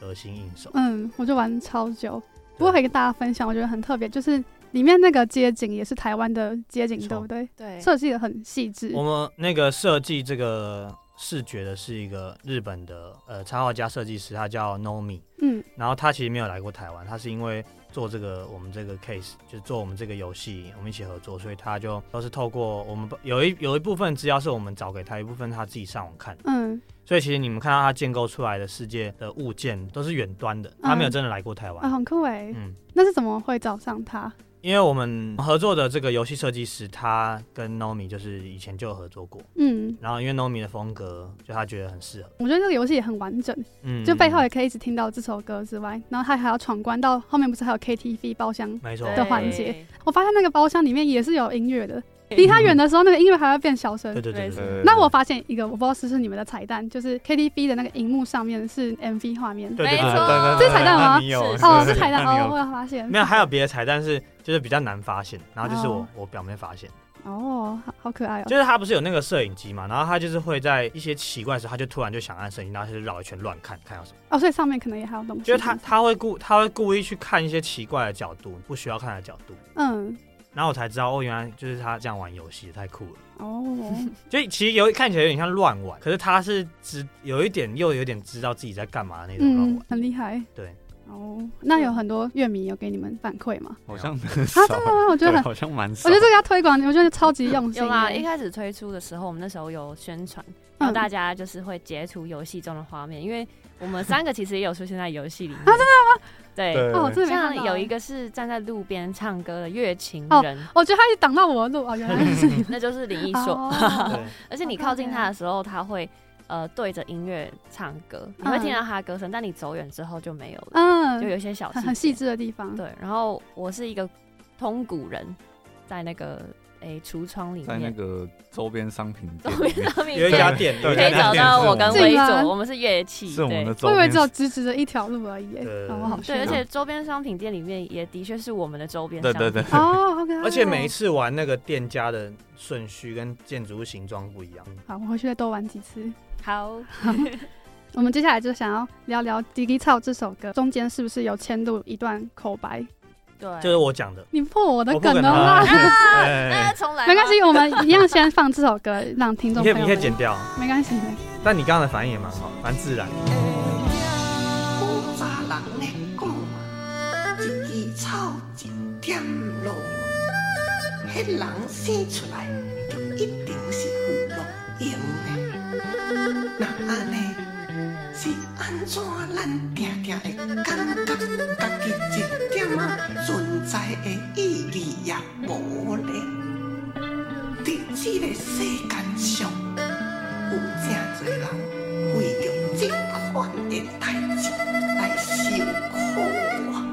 [SPEAKER 6] 得心应手。
[SPEAKER 2] 嗯，我就玩超久。不过可以跟大家分享，我觉得很特别，就是里面那个街景也是台湾的街景
[SPEAKER 6] 没，错
[SPEAKER 2] 对不对？
[SPEAKER 8] 对，
[SPEAKER 2] 设计的很细致
[SPEAKER 6] 我。们那个设计这个视觉的是一个日本的呃插画家设计师，他叫 Nomi，
[SPEAKER 2] 嗯
[SPEAKER 6] 然后他其实没有来过台湾，他是因为做这个我们这个 case，就是做我们这个游戏，我们一起合作，所以他就都是透过我们有一有一部分资料是我们找给他，一部分他自己上网看，
[SPEAKER 2] 嗯
[SPEAKER 6] 所以其实你们看到他建构出来的世界的物件都是远端的，他没有真的来过台
[SPEAKER 2] 啊，
[SPEAKER 6] 湾。
[SPEAKER 2] 很酷哎。
[SPEAKER 6] 嗯，
[SPEAKER 2] 那是怎么会找上他？
[SPEAKER 6] 因为我们合作的这个游戏设计师，他跟 Nomi 就是以前就有合作过，
[SPEAKER 2] 嗯，
[SPEAKER 6] 然后因为 Nomi 的风格，就他觉得很适合，
[SPEAKER 2] 我觉得这个游戏也很完整，
[SPEAKER 6] 嗯，
[SPEAKER 2] 就背后也可以一直听到这首歌之外，然后他还要闯关到后面，不是还有 KTV 包厢？
[SPEAKER 6] 没错，
[SPEAKER 2] 的
[SPEAKER 8] 对
[SPEAKER 2] 环节，我发现那个包厢里面也是有音乐 的，离他
[SPEAKER 6] 嗯
[SPEAKER 2] 远的时候，那个音乐还会变小声
[SPEAKER 6] 对。对对
[SPEAKER 8] 没错
[SPEAKER 6] 对，
[SPEAKER 7] 呃
[SPEAKER 2] 那我发现一个，我不知道是不是你们的彩蛋，就是 KTV 的那个荧幕上面是 MV 画面。
[SPEAKER 6] 对对
[SPEAKER 8] 没
[SPEAKER 6] 对
[SPEAKER 8] 错
[SPEAKER 7] 对对
[SPEAKER 2] 这是彩蛋吗
[SPEAKER 7] 那你有
[SPEAKER 8] 是
[SPEAKER 2] 哦，是彩蛋
[SPEAKER 7] 那你有
[SPEAKER 2] 哦，我有发现。
[SPEAKER 6] 没有，还有别的彩蛋是就是比较难发现，然后就是我、
[SPEAKER 2] 哦
[SPEAKER 6] 我表妹发现，
[SPEAKER 2] 哦，好好可爱哦。
[SPEAKER 6] 就是他不是有那个摄影机嘛，然后他就是会在一些奇怪的时候，他就突然就想按摄影机，然后他就绕一圈乱看看有什么，
[SPEAKER 2] 哦，所以上面可能也还有东西。
[SPEAKER 6] 就是他，他会故他会故意去看一些奇怪的角度，不需要看的角度，
[SPEAKER 2] 嗯，
[SPEAKER 6] 然后我才知道哦，原来就是他这样玩游戏太酷了。
[SPEAKER 2] 哦，
[SPEAKER 6] 就其实有看起来有点像乱玩，可是他是知有一点又有点知道自己在干嘛的那种乱
[SPEAKER 2] 嗯
[SPEAKER 6] 玩，，
[SPEAKER 2] 很厉害。
[SPEAKER 6] 对。
[SPEAKER 2] 哦，那有很多乐迷有给你们反馈吗？
[SPEAKER 7] 好像很少
[SPEAKER 2] 啊，真的吗？我觉得
[SPEAKER 7] 对
[SPEAKER 2] 很，
[SPEAKER 7] 好像蛮
[SPEAKER 2] 我
[SPEAKER 7] 少
[SPEAKER 2] 觉得。这个要推广，我觉得超级用心欸
[SPEAKER 8] 有
[SPEAKER 2] 耶。
[SPEAKER 8] 啦，一开始推出的时候，我们那时候有宣传，
[SPEAKER 2] 嗯
[SPEAKER 8] 然后大家就是会截图游戏中的画面，因为我们三个其实也有出现在游戏里面。啊，真的吗？对。
[SPEAKER 7] 对
[SPEAKER 2] 哦，我真的没看
[SPEAKER 8] 像
[SPEAKER 2] 到
[SPEAKER 8] 有一，个是站在路边唱歌的乐情
[SPEAKER 2] 哦
[SPEAKER 8] 人，
[SPEAKER 2] 我觉得他一直挡到我的路哦，原来 是哦你
[SPEAKER 8] 那就是林
[SPEAKER 2] 一
[SPEAKER 8] 一硕。
[SPEAKER 6] 对，
[SPEAKER 8] 而且你靠近他的时候，他会呃对着音乐唱歌，你会听到他的歌声，但你走远之后就没有了，
[SPEAKER 2] 嗯
[SPEAKER 8] 就，有一些小
[SPEAKER 2] 很很
[SPEAKER 8] 细
[SPEAKER 2] 细
[SPEAKER 8] 节。
[SPEAKER 2] 致的地方。
[SPEAKER 8] 对，然后我是一个通古人，在那个诶橱窗里
[SPEAKER 7] 在那
[SPEAKER 8] 面，
[SPEAKER 7] 个周边商品
[SPEAKER 8] 周
[SPEAKER 7] 店里
[SPEAKER 8] 边
[SPEAKER 7] 面，
[SPEAKER 8] 上面
[SPEAKER 6] 有一家店，有
[SPEAKER 7] 对
[SPEAKER 6] 一
[SPEAKER 8] 可
[SPEAKER 6] 家
[SPEAKER 8] 以
[SPEAKER 6] 店
[SPEAKER 8] 找
[SPEAKER 6] 是
[SPEAKER 8] 到我跟
[SPEAKER 2] 自己
[SPEAKER 8] 微
[SPEAKER 2] 竟然
[SPEAKER 8] 佐，我们是乐器，
[SPEAKER 7] 是我们的
[SPEAKER 8] 对
[SPEAKER 7] 周
[SPEAKER 2] 我以为
[SPEAKER 7] 边
[SPEAKER 2] 只有直直的一条路而已耶，
[SPEAKER 6] 对
[SPEAKER 2] 哦，我好
[SPEAKER 8] 对，
[SPEAKER 2] 炫
[SPEAKER 8] 而
[SPEAKER 2] 哦
[SPEAKER 8] 且周边商品店里面也的确是我们的周边商
[SPEAKER 7] 对对
[SPEAKER 8] 品，
[SPEAKER 7] 对，
[SPEAKER 2] 哦，OK，
[SPEAKER 6] 而且每一次玩那个店家的顺序跟建筑物形状不一样。
[SPEAKER 7] 嗯
[SPEAKER 2] 好，我回去再多玩几次。
[SPEAKER 8] 好，
[SPEAKER 2] 我们接下来就想要聊聊《迪丽草》这首歌，中间是不是有嵌入一段口白？
[SPEAKER 8] 对，
[SPEAKER 6] 就是我讲的，
[SPEAKER 2] 你破我的
[SPEAKER 6] 我不
[SPEAKER 2] 梗
[SPEAKER 6] 可
[SPEAKER 2] 了
[SPEAKER 6] 能
[SPEAKER 2] 啦！
[SPEAKER 6] 啊
[SPEAKER 8] 那
[SPEAKER 6] 哎
[SPEAKER 8] 重 来，
[SPEAKER 2] 没关系，，我们一样先放这首歌，让听
[SPEAKER 6] 你
[SPEAKER 2] 众
[SPEAKER 6] 可
[SPEAKER 2] 朋友
[SPEAKER 6] 以 你可以
[SPEAKER 2] 们。
[SPEAKER 6] 剪掉，啊
[SPEAKER 2] 没关系，
[SPEAKER 6] 但你刚刚的反应也蛮好，蛮自然。
[SPEAKER 9] 古早人咧讲，一枝草一点露，迄人生出来就一定是有路用的。那安尼是安怎咱定定会感觉家己一点仔存在的意义也无呢？伫这个世间上，有真侪人为着这款的代志来受苦啊！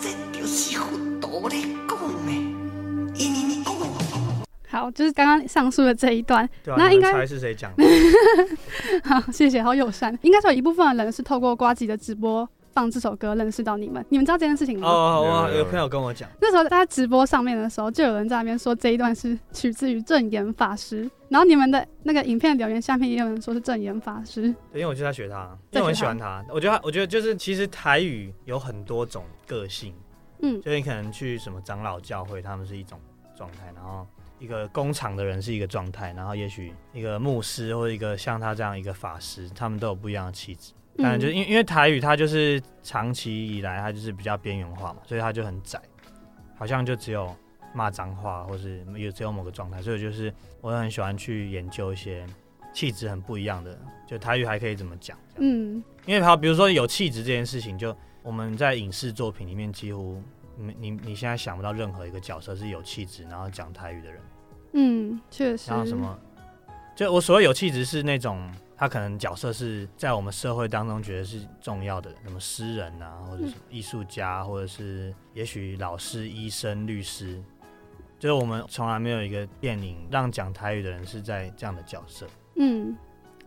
[SPEAKER 9] 这就是佛陀咧讲的，因因讲
[SPEAKER 2] 好，就是刚刚上述的这一段。
[SPEAKER 6] 对啊，
[SPEAKER 2] 那
[SPEAKER 6] 你
[SPEAKER 2] 应
[SPEAKER 6] 们
[SPEAKER 2] 该
[SPEAKER 6] 猜是谁讲 的？
[SPEAKER 2] 好，谢谢，好友善。应该是有一部分的人是透过瓜吉的直播放这首歌认识到你们。你们知道这件事情吗？
[SPEAKER 6] 哦，我
[SPEAKER 7] 有有有
[SPEAKER 6] 有朋友跟我讲，
[SPEAKER 2] 那时候他直播上面的时候，就有人在那边说这一段是取自于正言法师，然后你们的那个影片留言下面也有人说是正言法师，
[SPEAKER 6] 对因为我就在学他，因为我很喜欢他。我觉得他，我觉得就是其实台语有很多种个性，
[SPEAKER 2] 嗯
[SPEAKER 6] 就是你可能去什么长老教会，他们是一种状态，然后一个工厂的人是一个状态，然后也许一个牧师或一个像他这样一个法师，他们都有不一样的气质。
[SPEAKER 2] 嗯
[SPEAKER 6] 当然，就是因为因为台语它就是长期以来它就是比较边缘化嘛，所以它就很窄，好像就只有骂脏话或是有只有某个状态，所以就是嗯我很喜欢去研究一些气质很不一样的，就台语还可以怎么讲。这样
[SPEAKER 2] 嗯
[SPEAKER 6] 因为好，比如说有气质这件事情，就我们在影视作品里面几乎你你你现在想不到任何一个角色是有气质然后讲台语的人。
[SPEAKER 2] 嗯，确实。
[SPEAKER 6] 然后什？么，就我所谓有气质是那种他可能角色是在我们社会当中觉得是重要的，什么诗人啊，或者什么艺术家，或者是也许老师、医生、律师，就是我们从来没有一个电影让讲台语的人是在这样的角色。
[SPEAKER 2] 嗯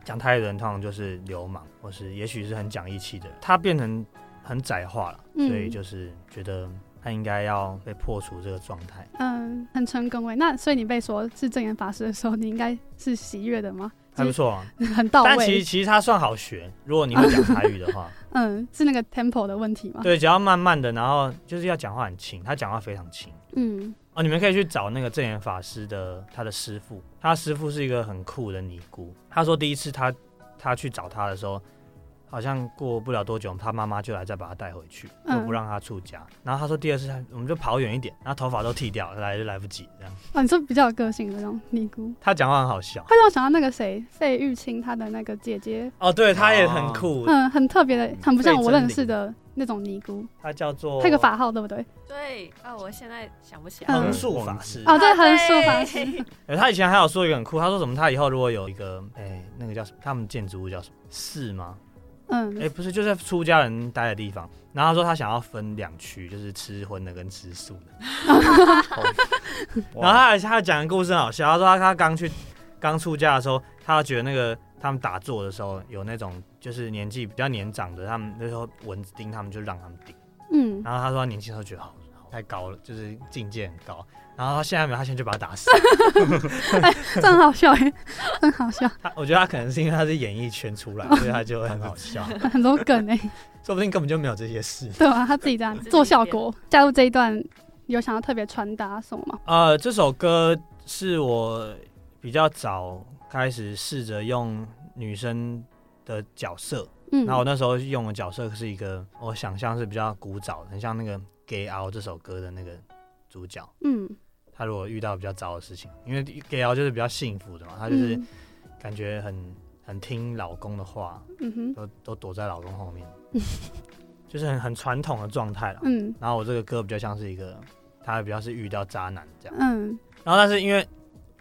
[SPEAKER 6] 讲台语的人通常就是流氓，或是也许是很讲义气的，他变成很窄化了，
[SPEAKER 2] 嗯
[SPEAKER 6] 所以就是觉得他应该要被破除这个状态。
[SPEAKER 2] 嗯，很成功哎。那所以你被说是正言法师的时候，你应该是喜悦的吗？
[SPEAKER 6] 还不错啊、
[SPEAKER 2] 很到
[SPEAKER 6] 但其实
[SPEAKER 2] 位。
[SPEAKER 6] 其实他算好学，如果你会讲台语的话，
[SPEAKER 2] 嗯，是那个 tempo 的问题吗？
[SPEAKER 6] 对，只要慢慢的，然后就是要讲话很轻，他讲话非常轻。
[SPEAKER 2] 嗯
[SPEAKER 6] 哦，你们可以去找那个正言法师的他的师傅，他师傅是一个很酷的尼姑。他说第一次他他去找他的时候，好像过不了多久，他妈妈就来再把他带回去，
[SPEAKER 2] 嗯
[SPEAKER 6] 就不让他出家。然后他说第二次他我们就跑远一点，然后头发都剃掉，来就来不及这样。
[SPEAKER 2] 哦，你说比较有个性的那种尼姑，
[SPEAKER 6] 他讲话很好笑
[SPEAKER 2] 会让我想到那个谁，费玉清她的那个姐姐，
[SPEAKER 6] 哦，对，他也很酷，
[SPEAKER 2] 嗯嗯，很特别的，很不像我认识的那种尼姑，
[SPEAKER 6] 他叫做
[SPEAKER 2] 他有个法嗯号对不对？
[SPEAKER 8] 对啊，我现在想不起来。
[SPEAKER 6] 横竖法师。
[SPEAKER 2] 哦，对，横竖法师，
[SPEAKER 6] 呃，他以前还有说一个很酷，他说什么？他以后如果有一个，哎、那个叫什么？他们建筑物叫什么？寺吗？哎、
[SPEAKER 2] 嗯，
[SPEAKER 6] 不是，就是出家人待的地方。然后他说他想要分两区，就是吃荤的跟吃素的。然后他还他讲的故事很好笑，他说他他刚去刚出家的时候，他觉得那个他们打坐的时候有那种就是年纪比较年长的，他们那时候蚊子叮他们就让他们叮。
[SPEAKER 2] 嗯，
[SPEAKER 6] 然后他说他年轻的时候觉得好好太高了，就是境界很高。然后他现在没有，他现在就把他打死。
[SPEAKER 2] 这很好笑耶， 很好笑，
[SPEAKER 6] 他我觉得他可能是因为他是演艺圈出来，所以他就会很好笑，
[SPEAKER 2] 很多梗哎，
[SPEAKER 6] 说不定根本就没有这些事。
[SPEAKER 2] 对啊吧？他自己这样
[SPEAKER 8] 自己
[SPEAKER 2] 做效果，加入这一段有想要特别传达什么吗？
[SPEAKER 6] 呃，这首歌是我比较早开始试着用女生的角色，
[SPEAKER 2] 嗯，
[SPEAKER 6] 然后我那时候用的角色是一个我想象是比较古早的，很像那个《Gay Out》这首歌的那个主角。
[SPEAKER 2] 嗯，
[SPEAKER 6] 他如果遇到比较糟的事情，因为 Gay Out 就是比较幸福的嘛，他就是
[SPEAKER 2] 嗯
[SPEAKER 6] 感觉很很听老公的话，
[SPEAKER 2] 嗯哼，
[SPEAKER 6] 都都躲在老公 后面，就是很很传统的状态了。
[SPEAKER 2] 嗯
[SPEAKER 6] 然后我这个歌比较像是一个，他比较是遇到渣男这样。
[SPEAKER 2] 嗯
[SPEAKER 6] 然后但是因为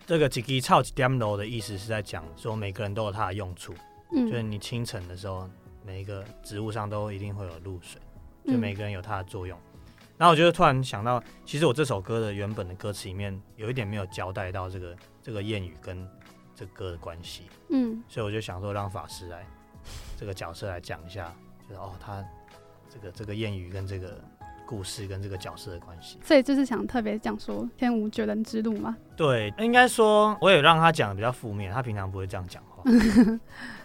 [SPEAKER 6] 这个“几级超级 damn low” 的意思是在讲说每个人都有它的用处，就是
[SPEAKER 2] 嗯，
[SPEAKER 6] 你清晨的时候，每一个植物上都一定会有露水，
[SPEAKER 2] 嗯
[SPEAKER 6] 就每个人有它的作用。然后我就突然想到，其实我这首歌的原本的歌词里面有一点没有交代到这个这个谚语跟这个歌的关系，
[SPEAKER 2] 嗯
[SPEAKER 6] 所以我就想说让法师来这个角色来讲一下，就是哦他这个这个谚语跟这个故事跟这个角色的关系。
[SPEAKER 2] 所以就是想特别讲说天无绝人之路嘛，
[SPEAKER 6] 对，应该说我也让他讲的比较负面，他平常不会这样讲 话。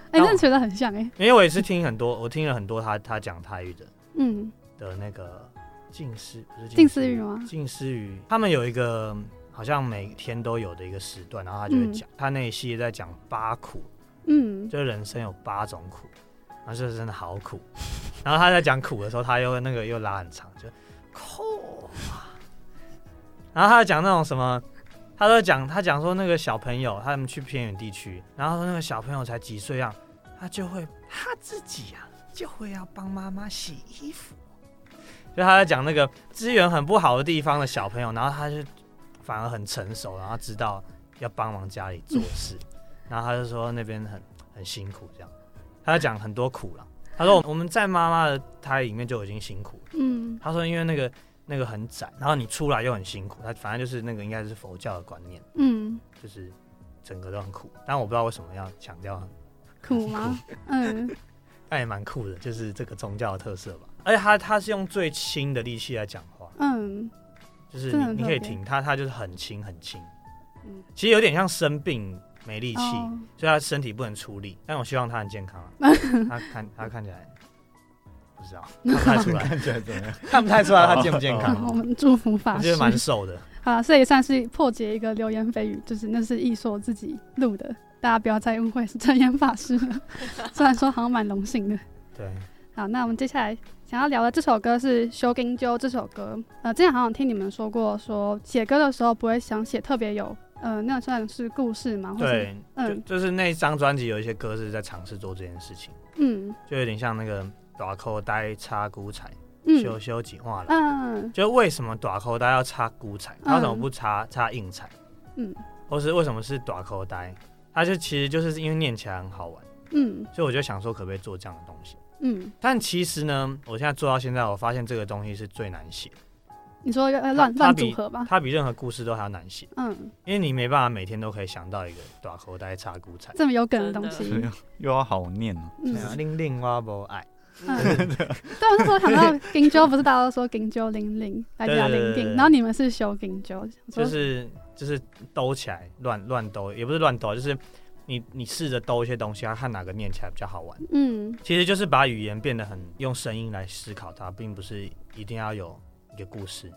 [SPEAKER 2] 哎，
[SPEAKER 6] 那
[SPEAKER 2] 真的觉得很像哎，
[SPEAKER 6] 因为我也是听很多，我听了很多他他讲泰语的
[SPEAKER 2] 嗯
[SPEAKER 6] 的那个近思，不是
[SPEAKER 2] 近思语吗
[SPEAKER 6] 近思语，他们有一个好像每天都有的一个时段，然后他就会讲，他那一系列在讲八苦，
[SPEAKER 2] 嗯
[SPEAKER 6] 就是人生有八种苦，然后就是真的好苦。 然后他在讲苦的时候，他又那个又拉很长，就苦啊。然后他在讲那种什么，他都在讲他讲说那个小朋友他们去偏远地区，然后那个小朋友才几岁啊，他就会他自己啊就会要帮妈妈洗衣服。就他在讲那个资源很不好的地方的小朋友，然后他就反而很成熟，然后知道要帮忙家里做事，然后他就说那边很很辛苦这样。他讲很多苦了，他说我我们在妈妈的胎里面就已经辛苦了。
[SPEAKER 2] 嗯
[SPEAKER 6] 他说因为那个那个很窄，然后你出来又很辛苦，他反正就是那个应该是佛教的观念，
[SPEAKER 2] 嗯，
[SPEAKER 6] 就是整个都很苦。但我不知道为什么要强调，
[SPEAKER 2] 苦吗？嗯
[SPEAKER 6] 但也蛮酷的，就是这个宗教的特色吧。而且他他是用最轻的力气来讲话，
[SPEAKER 2] 嗯
[SPEAKER 6] 就是
[SPEAKER 2] 真的
[SPEAKER 6] 你
[SPEAKER 2] 很
[SPEAKER 6] 你可以
[SPEAKER 2] 特别
[SPEAKER 6] 听他，他就是很轻很轻
[SPEAKER 8] 嗯。
[SPEAKER 6] 其实有点像生病没力气，
[SPEAKER 2] 哦
[SPEAKER 6] 所以他身体不能出力。但我希望他很健 康啊。他看他看起来不知道，看不太出来，
[SPEAKER 7] 看起来怎么样？
[SPEAKER 6] 看不太出来他健不健
[SPEAKER 2] 嗯，我
[SPEAKER 6] 康。
[SPEAKER 2] 们祝福
[SPEAKER 6] 哦我
[SPEAKER 2] 法
[SPEAKER 6] 觉
[SPEAKER 2] 师
[SPEAKER 6] 得。蛮瘦的。
[SPEAKER 2] 好，这也算是破解一个流言蜚语，就是那是艺硕自己录的，大家不要再误会是真言法师了。 虽然说好像蛮荣幸的。
[SPEAKER 6] 对，
[SPEAKER 2] 好，那我们接下来想要聊的这首歌是《修金鸠》这首歌。呃，之前好像听你们说过，说写歌的时候不会想写特别有，呃，那算是故事吗？或是
[SPEAKER 6] 对，就
[SPEAKER 2] 嗯
[SPEAKER 6] 就是那一张专辑有一些歌是在尝试做这件事情，
[SPEAKER 2] 嗯
[SPEAKER 6] 就有点像那个短扣呆插菇彩，修
[SPEAKER 2] 嗯
[SPEAKER 6] 修几画了。
[SPEAKER 2] 嗯
[SPEAKER 6] 就为什么短扣呆要插菇彩，他为什么
[SPEAKER 2] 嗯
[SPEAKER 6] 不插插硬彩？
[SPEAKER 2] 嗯
[SPEAKER 6] 或是为什么是短口呆，它就其实就是因为念起来很好玩，
[SPEAKER 2] 嗯
[SPEAKER 6] 所以我就想说可不可以做这样的东西。
[SPEAKER 2] 嗯，
[SPEAKER 6] 但其实呢，我现在做到现在，我发现这个东西是最难写，
[SPEAKER 2] 你说要要乱
[SPEAKER 6] 它
[SPEAKER 2] 乱
[SPEAKER 6] 比
[SPEAKER 2] 组合吧？
[SPEAKER 6] 它比任何故事都还要难写，
[SPEAKER 2] 嗯，
[SPEAKER 6] 因为你没办法每天都可以想到一个短口呆插骨啊彩。
[SPEAKER 2] 这么有梗的东
[SPEAKER 7] 真
[SPEAKER 2] 西
[SPEAKER 7] 的。又要好念哦。
[SPEAKER 2] 嗯，
[SPEAKER 6] 令令哇不爱，
[SPEAKER 2] 嗯，对，我那时候想到金鸠，不是大家都说金鸠零零来加
[SPEAKER 6] 对对
[SPEAKER 2] 零
[SPEAKER 6] 对
[SPEAKER 2] 零，
[SPEAKER 6] 对
[SPEAKER 2] 然后你们是修金鸠，
[SPEAKER 6] 就
[SPEAKER 2] 想说
[SPEAKER 6] 是就是兜起来乱乱兜，也不是乱兜，就是你你试着兜一些东西，看哪个念起来比较好玩。
[SPEAKER 2] 嗯
[SPEAKER 6] 其实就是把语言变得很用声音来思考它，并不是一定要有一个故事。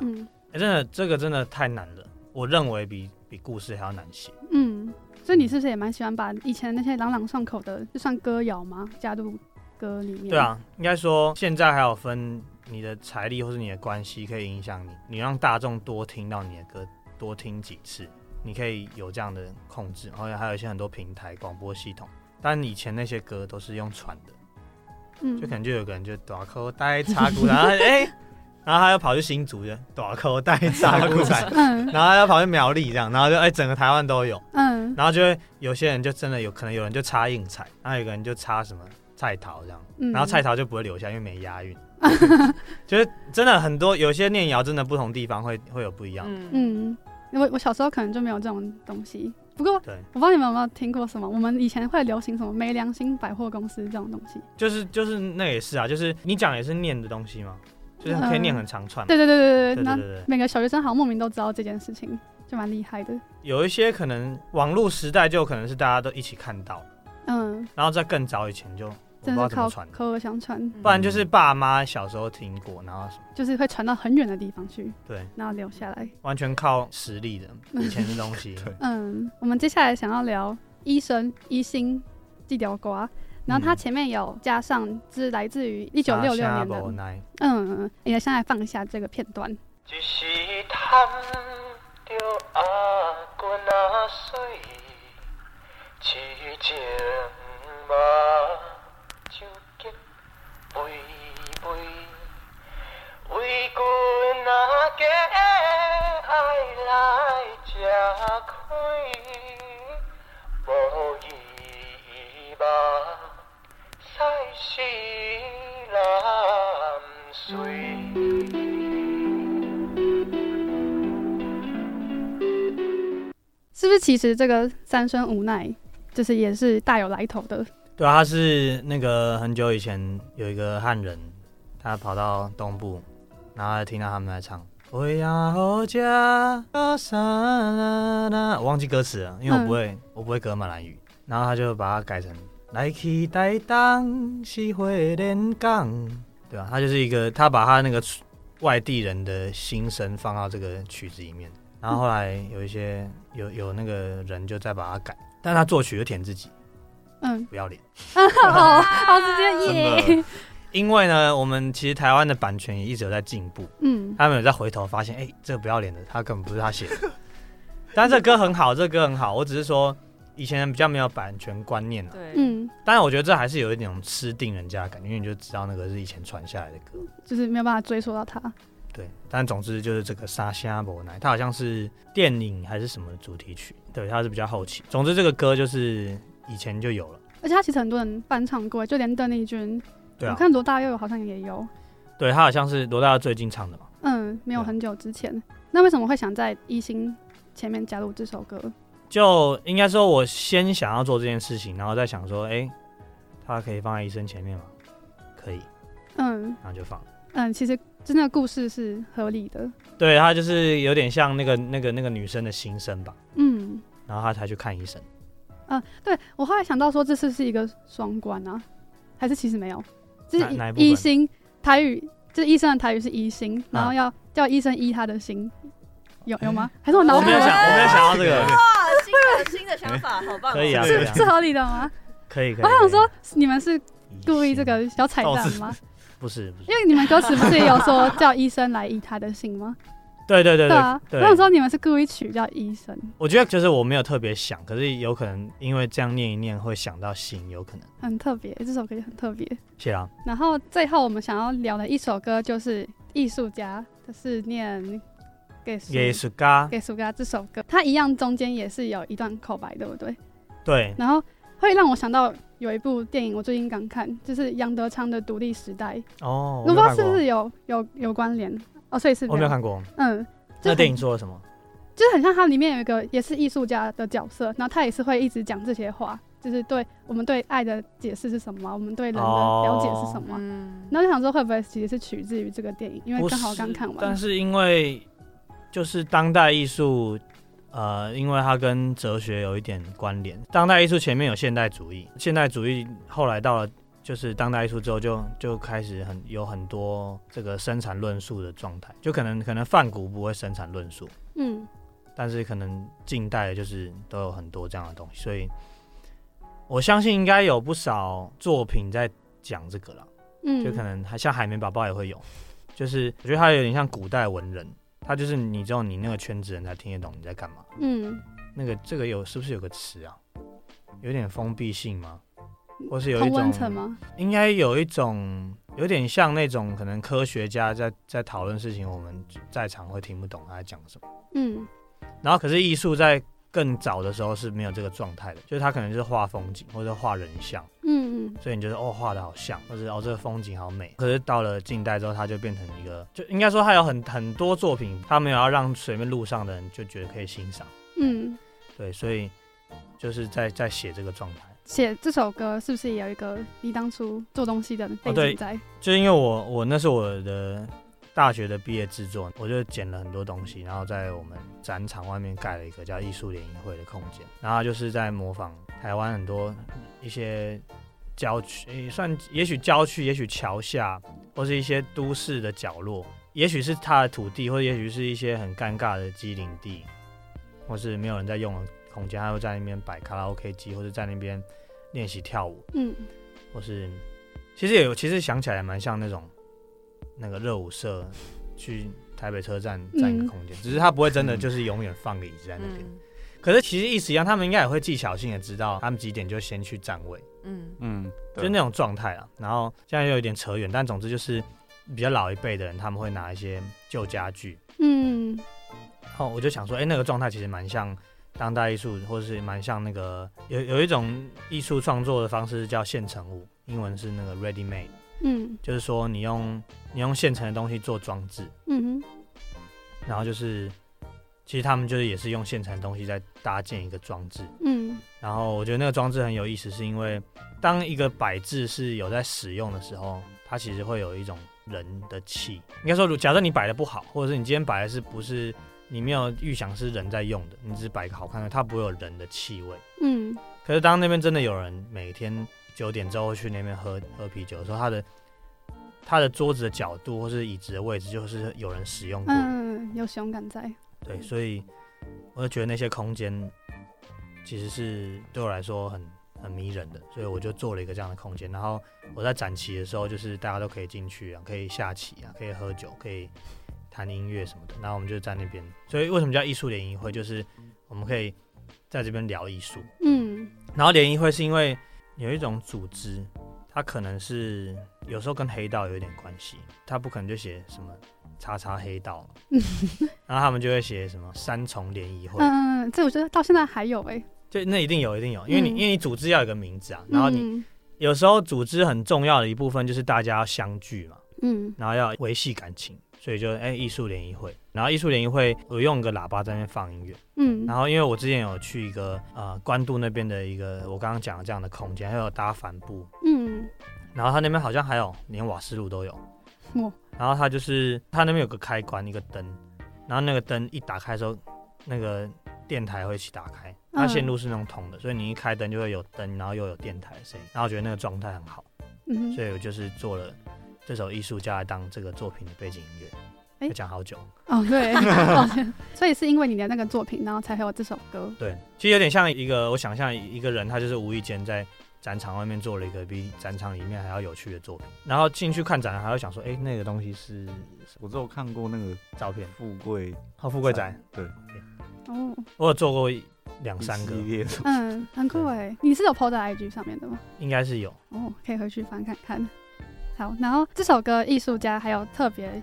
[SPEAKER 2] 嗯
[SPEAKER 6] 欸、真的，这个真的太难了，我认为比比故事还要难写。
[SPEAKER 2] 嗯，所以你是不是也蛮喜欢把以前那些朗朗上口的，就算歌谣吗？加入歌里面？
[SPEAKER 6] 对，啊，应该说现在还有分你的财力或是你的关系可以影响你，你让大众多听到你的歌，多听几次，你可以有这样的控制。然后还有一些很多平台广播系统，但以前那些歌都是用传的，
[SPEAKER 2] 嗯
[SPEAKER 6] 就可能就有个人就短口袋插鼓，然后哎、然后他又跑去新竹的短口袋插 鼓仔，
[SPEAKER 2] 嗯
[SPEAKER 6] 然后他又跑去苗栗这样，然后就哎、整个台湾都有，
[SPEAKER 2] 嗯
[SPEAKER 6] 然后就会有些人就真的有可能有人就插硬菜，然后有个人就插什么菜桃这样，
[SPEAKER 2] 嗯，
[SPEAKER 6] 然后菜桃就不会留下，因为没押韵。 就是真的很多，有些念谣真的不同地方会会有不一样。
[SPEAKER 8] 嗯，
[SPEAKER 2] 嗯，我我小时候可能就没有这种东西。不过
[SPEAKER 6] 对，
[SPEAKER 2] 我不知道你们有没有听过什么，我们以前会流行什么没良心百货公司这种东西。
[SPEAKER 6] 就是就是那也是啊，就是你讲也是念的东西嘛，就是可以念很长串。
[SPEAKER 2] 对对对嗯对对，
[SPEAKER 6] 对对
[SPEAKER 2] 那
[SPEAKER 6] 对对，
[SPEAKER 2] 每个小学生好像莫名都知道这件事情，就蛮厉害的。
[SPEAKER 6] 有一些可能网络时代就可能是大家都一起看到，
[SPEAKER 2] 嗯，
[SPEAKER 6] 然后在更早以前就我不
[SPEAKER 2] 真
[SPEAKER 6] 知
[SPEAKER 2] 的
[SPEAKER 6] 道
[SPEAKER 2] 是
[SPEAKER 6] 怎么
[SPEAKER 2] 靠
[SPEAKER 6] 传，
[SPEAKER 2] 口耳相传，
[SPEAKER 6] 不然就是爸妈小时候听过，然后
[SPEAKER 2] 就是会传到很远的地方去，
[SPEAKER 6] 对，
[SPEAKER 2] 然后留下来。
[SPEAKER 6] 完全靠实力的以前的东西。
[SPEAKER 7] 对
[SPEAKER 2] 嗯，我们接下来想要聊医生医心地条瓜，然后它
[SPEAKER 6] 嗯
[SPEAKER 2] 前面有加上是来自于一九六六年的，
[SPEAKER 6] 的。
[SPEAKER 2] 嗯嗯，嗯也现在放一下这个片段。
[SPEAKER 3] 一时贪着阿君阿水，痴情嘛就结肥肥，为君阿家爱来吃亏，无伊嘛赛死男水。
[SPEAKER 8] 嗯
[SPEAKER 2] 是不是其实这个三生无奈，就是也是大有来头的？
[SPEAKER 6] 对啊，他是那个很久以前有一个汉人，他跑到东部，然后他听到他们在唱《未央后家》，我忘记歌词了，因为我不会，我不会歌马兰语，然后他就把它改成“来去台东是会连港”，对啊，他就是一个，他把他那个外地人的心声放到这个曲子里面，然后后来有一些有有那个人就再把它改，但他作曲就填自己，
[SPEAKER 2] 嗯，
[SPEAKER 6] 不要脸。
[SPEAKER 2] 哦，好直接
[SPEAKER 7] 真
[SPEAKER 2] 耶，
[SPEAKER 7] 的
[SPEAKER 6] 因为呢，我们其实台湾的版权也一直有在进步，
[SPEAKER 2] 嗯
[SPEAKER 6] 他们有在回头发现，哎、这个不要脸的，他根本不是他写的。 但这歌很好，这歌很好，我只是说以前人比较没有版权观念啊。
[SPEAKER 8] 对，
[SPEAKER 2] 嗯，
[SPEAKER 6] 当然，我觉得这还是有一种吃定人家的感觉，因为你就知道那个是以前传下来的歌。
[SPEAKER 2] 就是没有办法追溯到他。
[SPEAKER 6] 对，但总之就是这个《沙虾伯奶》，它好像是电影还是什么主题曲，对，它是比较后期。总之，这个歌就是以前就有了，
[SPEAKER 2] 而且他其实很多人翻唱过，就连邓丽君，
[SPEAKER 6] 对
[SPEAKER 2] 我
[SPEAKER 6] 啊，
[SPEAKER 2] 看罗大佑好像也有，
[SPEAKER 6] 对，它好像是罗大佑最近唱的嘛。
[SPEAKER 2] 嗯，没有
[SPEAKER 6] 对啊
[SPEAKER 2] 很久之前。那为什么会想在一星前面加入这首歌？
[SPEAKER 6] 就应该说，我先想要做这件事情，然后再想说，哎、他可以放在医生前面吗？可以，
[SPEAKER 2] 嗯
[SPEAKER 6] 然后就放。
[SPEAKER 2] 嗯，其实真的故事是合理的。
[SPEAKER 6] 对他就是有点像那个那个那个女生的心声吧，
[SPEAKER 2] 嗯
[SPEAKER 6] 然后他才去看医生。
[SPEAKER 2] 嗯，对我后来想到说，这是不是一个双关啊？还是其实没有？就
[SPEAKER 6] 哪哪一
[SPEAKER 2] 是
[SPEAKER 6] 部分
[SPEAKER 2] 一星台语，就是医生的台语是医星，然后
[SPEAKER 6] 啊
[SPEAKER 2] 要叫医生医他的心，有有吗？还是我脑
[SPEAKER 6] 我
[SPEAKER 2] 补
[SPEAKER 6] 没有想，
[SPEAKER 2] 了？
[SPEAKER 6] 我没有想到这个，
[SPEAKER 8] 哇，新的新的想法，好棒哦
[SPEAKER 6] 可以啊，可
[SPEAKER 2] 哦是
[SPEAKER 6] 以啊，
[SPEAKER 2] 是合理的吗？
[SPEAKER 6] 可以可以。
[SPEAKER 2] 我想说
[SPEAKER 6] 可，
[SPEAKER 2] 你们是
[SPEAKER 6] 以
[SPEAKER 2] 故意这个小彩
[SPEAKER 7] 倒
[SPEAKER 2] 蛋
[SPEAKER 7] 是
[SPEAKER 2] 吗？
[SPEAKER 6] 不是不是
[SPEAKER 2] 因，为你们歌词不是也有说叫医生来医他的心吗？
[SPEAKER 6] 对对对
[SPEAKER 2] 啊，我
[SPEAKER 6] 对
[SPEAKER 2] 想
[SPEAKER 6] 对。
[SPEAKER 2] 说你们是故意取叫医生，
[SPEAKER 6] 我觉得就是我没有特别想，可是有可能因为这样念一念会想到心，有可能。
[SPEAKER 2] 很特别，这首歌也很特别。
[SPEAKER 6] 谢啊啦，
[SPEAKER 2] 然后最后我们想要聊的一首歌就是《艺术家》，就是念给苏
[SPEAKER 6] 耶稣嘎，
[SPEAKER 2] 给苏嘎这首歌，它一样中间也是有一段口白，对不对？
[SPEAKER 6] 对，
[SPEAKER 2] 然后会让我想到有一部电影，我最近刚看，就是杨德昌的《独立时代》，
[SPEAKER 6] 哦，
[SPEAKER 2] 我不知
[SPEAKER 6] 我没有
[SPEAKER 2] 道
[SPEAKER 6] 看
[SPEAKER 2] 是不
[SPEAKER 6] 过
[SPEAKER 2] 是，有有有关联哦，所以是
[SPEAKER 6] 我没有看过。
[SPEAKER 2] 嗯，就
[SPEAKER 6] 那
[SPEAKER 2] 很
[SPEAKER 6] 电影做了什么？
[SPEAKER 2] 就是很像它里面有一个也是艺术家的角色，然后他也是会一直讲这些话，就是对我们对爱的解释是什么，啊我们对人的了解是什
[SPEAKER 6] 哦
[SPEAKER 2] 么。啊
[SPEAKER 8] 嗯，
[SPEAKER 2] 然后就想说，会不会其实是取自于这个电影？因为
[SPEAKER 6] 不
[SPEAKER 2] 刚好刚
[SPEAKER 6] 是
[SPEAKER 2] 看完。
[SPEAKER 6] 但是因为就是当代艺术，呃，因为它跟哲学有一点关联。当代艺术前面有现代主义，现代主义后来到了就是当代艺术之后就，就开始很有很多这个生产论述的状态，就可能可能梵谷不会生产论述，
[SPEAKER 2] 嗯
[SPEAKER 6] 但是可能近代就是都有很多这样的东西，所以我相信应该有不少作品在讲这个了。
[SPEAKER 2] 嗯，
[SPEAKER 6] 就可能还像海绵宝宝也会有，就是我觉得他有点像古代文人，他就是你知道你那个圈子人才听得懂你在干嘛。
[SPEAKER 2] 嗯
[SPEAKER 6] 那个这个有是不是有个词啊？有点封闭性吗？或是有一
[SPEAKER 2] 同温
[SPEAKER 6] 种
[SPEAKER 2] 层吗？
[SPEAKER 6] 应该有一种有点像那种可能科学家在在讨论事情，我们在场会听不懂他在讲什么。
[SPEAKER 2] 嗯
[SPEAKER 6] 然后可是艺术在更早的时候是没有这个状态的，就是他可能就是画风景或者画人像，
[SPEAKER 2] 嗯嗯
[SPEAKER 6] 所以你觉得哦画的好像，或者哦这个风景好美。可是到了近代之后，它就变成一个，就应该说它有很很多作品，它没有要让随便路上的人就觉得可以欣赏。
[SPEAKER 2] 嗯，
[SPEAKER 6] 对，所以就是在在写这个状态。
[SPEAKER 2] 写这首歌是不是也有一个你当初做东西的背
[SPEAKER 6] 哦对
[SPEAKER 2] 景在？
[SPEAKER 6] 就是因为我我那是我的大学的毕业制作，我就捡了很多东西，然后在我们展场外面盖了一个叫艺术联谊会的空间，然后就是在模仿台湾很多一些郊区，诶算也许郊区，也许桥下，或是一些都市的角落，也许是它的土地，或者也许是一些很尴尬的机灵地，或是没有人在用的空间，他会在那边摆卡拉 OK 机，或者在那边练习跳舞。
[SPEAKER 2] 嗯
[SPEAKER 6] 或是其实也有，其实想起来蛮像那种那个热舞社去台北车站占一个空间，只是他不会真的就是永远放个椅子在那边。
[SPEAKER 8] 嗯
[SPEAKER 6] 可是其实意思一样，他们应该也会技巧性的知道他们几点就先去站位，
[SPEAKER 8] 嗯
[SPEAKER 7] 嗯，对
[SPEAKER 6] 就那种状态啊。然后现在又有点扯远，但总之就是比较老一辈的人，他们会拿一些旧家具。
[SPEAKER 2] 嗯
[SPEAKER 6] 然后我就想说，哎、那个状态其实蛮像当代艺术，或是蛮像那个有有一种艺术创作的方式叫现成物，英文是那个 ready made。
[SPEAKER 2] 嗯
[SPEAKER 6] 就是说你用你用现成的东西做装置，
[SPEAKER 2] 嗯
[SPEAKER 6] 然后就是其实他们就是也是用现成的东西在搭建一个装置。
[SPEAKER 2] 嗯
[SPEAKER 6] 然后我觉得那个装置很有意思，是因为当一个摆置是有在使用的时候，它其实会有一种人的气。应该说，如假设你摆的不好，或者是你今天摆的是不是你没有预想是人在用的，你只是摆一个好看的，它不会有人的气味。
[SPEAKER 2] 嗯
[SPEAKER 6] 可是当那边真的有人每天九点之后去那边喝喝啤酒的时候，他的他的桌子的角度或是椅子的位置，就是有人使用过的，
[SPEAKER 2] 嗯，有熊感在。
[SPEAKER 6] 对，所以我就觉得那些空间其实是对我来说很很迷人的，所以我就做了一个这样的空间。然后我在展期的时候，就是大家都可以进去啊，可以下棋啊，可以喝酒，可以弹音乐什么的。然后我们就在那边，所以为什么叫艺术联谊会，就是我们可以在这边聊艺术。
[SPEAKER 2] 嗯
[SPEAKER 6] 然后联谊会是因为有一种组织，它可能是有时候跟黑道有一点关系，它不可能就写什么“叉叉 黑道”，然后他们就会写什么“三重联谊会”，
[SPEAKER 2] 嗯，这我觉得到现在还有哎。
[SPEAKER 6] 就那一定有，一定有，因为你、
[SPEAKER 2] 嗯
[SPEAKER 6] 因为你组织要有一个名字啊，然后你
[SPEAKER 2] 嗯
[SPEAKER 6] 有时候组织很重要的一部分就是大家要相聚嘛，
[SPEAKER 2] 嗯
[SPEAKER 6] 然后要维系感情，所以就哎艺术联谊会，然后艺术联谊会我用个喇叭在那边放音乐。
[SPEAKER 2] 嗯，
[SPEAKER 6] 然后因为我之前有去一个呃关渡那边的一个我刚刚讲的这样的空间，还有搭帆布，
[SPEAKER 2] 嗯
[SPEAKER 6] 然后他那边好像还有连瓦斯炉都有。
[SPEAKER 2] 哇
[SPEAKER 6] 然后他就是他那边有个开关，一个灯，然后那个灯一打开的时候，那个电台会一起打开。它线路是那种铜的，所以你一开灯就会有灯，然后又有电台的声音。然后我觉得那个状态很好，
[SPEAKER 2] 嗯
[SPEAKER 6] 所以我就是做了这首艺术家来当这个作品的背景音乐。
[SPEAKER 2] 哎
[SPEAKER 6] 要讲好久，
[SPEAKER 2] 哦对，抱歉 所以是因为你的那个作品，然后才会有这首歌。
[SPEAKER 6] 对，其实有点像一个，我想象一个人，他就是无意间在展场外面做了一个比展场里面还要有趣的作品，然后进去看展，还会想说，哎，那个东西是
[SPEAKER 7] 我只有看过那个
[SPEAKER 6] 照片，
[SPEAKER 7] 富贵
[SPEAKER 6] 好富贵仔，
[SPEAKER 7] 对
[SPEAKER 2] 哦，
[SPEAKER 6] 我有做过一两
[SPEAKER 7] 一
[SPEAKER 6] 三个
[SPEAKER 7] 系，列的，
[SPEAKER 2] 嗯，很酷哎。你是有 PO 在 IG 上面的吗？
[SPEAKER 6] 应该是有。
[SPEAKER 2] 哦，可以回去翻看看。好，然后这首歌艺术家还有特别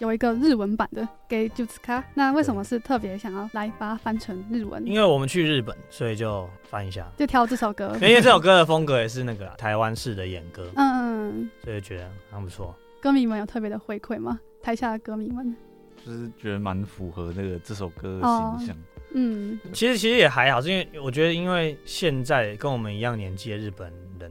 [SPEAKER 2] 有一个日文版的《给 j u t s k a 那为什么是特别想要来把它翻成日文？
[SPEAKER 6] 因为我们去日本，所以就翻一 下。
[SPEAKER 2] 就挑这首歌
[SPEAKER 6] 因。为这首歌的风格也是那个啦台湾式的演歌，
[SPEAKER 2] 嗯，
[SPEAKER 6] 所以觉得很不错。
[SPEAKER 2] 歌迷们有特别的回馈吗？台下的歌迷们，
[SPEAKER 7] 就是觉得蛮符合那个这首歌的
[SPEAKER 8] 哦
[SPEAKER 7] 形象。
[SPEAKER 2] 嗯
[SPEAKER 6] 其实其实也还好，是因为我觉得，因为现在跟我们一样年纪的日本人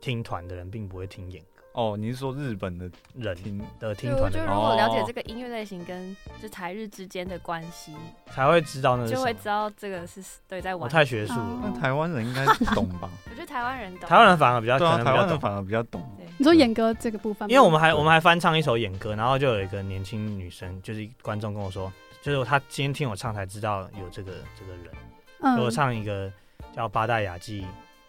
[SPEAKER 6] 听团的人，并不会听演歌
[SPEAKER 7] 哦，你是说日本的
[SPEAKER 6] 人
[SPEAKER 7] 听
[SPEAKER 6] 的听
[SPEAKER 8] 对，我
[SPEAKER 6] 团
[SPEAKER 8] 就
[SPEAKER 6] 的
[SPEAKER 8] 如
[SPEAKER 6] 人
[SPEAKER 8] 果了解
[SPEAKER 7] 哦
[SPEAKER 8] 这个音乐类型跟就台日之间的关系，
[SPEAKER 6] 才会知道那是
[SPEAKER 8] 就
[SPEAKER 6] 什
[SPEAKER 8] 会
[SPEAKER 6] 么。
[SPEAKER 8] 知道这个是对在
[SPEAKER 6] 我
[SPEAKER 8] 玩。嗯
[SPEAKER 6] 太学术
[SPEAKER 2] 哦
[SPEAKER 6] 了，
[SPEAKER 7] 那台湾人应该懂 吧？
[SPEAKER 8] 我觉得台湾人懂，
[SPEAKER 6] 台湾人反而比较
[SPEAKER 7] 对
[SPEAKER 6] 可
[SPEAKER 7] 啊，
[SPEAKER 6] 能
[SPEAKER 7] 台
[SPEAKER 6] 比
[SPEAKER 7] 湾
[SPEAKER 6] 较
[SPEAKER 7] 人
[SPEAKER 6] 懂，
[SPEAKER 7] 反而比较懂。
[SPEAKER 2] 你说演歌这个部分吗，
[SPEAKER 6] 因为我们还我们还翻唱一首演歌，然后就有一个年轻女生，就是观众跟我说，就是她今天听我唱才知道有这个这个人。
[SPEAKER 2] 嗯
[SPEAKER 6] 我唱一个叫八大雅纪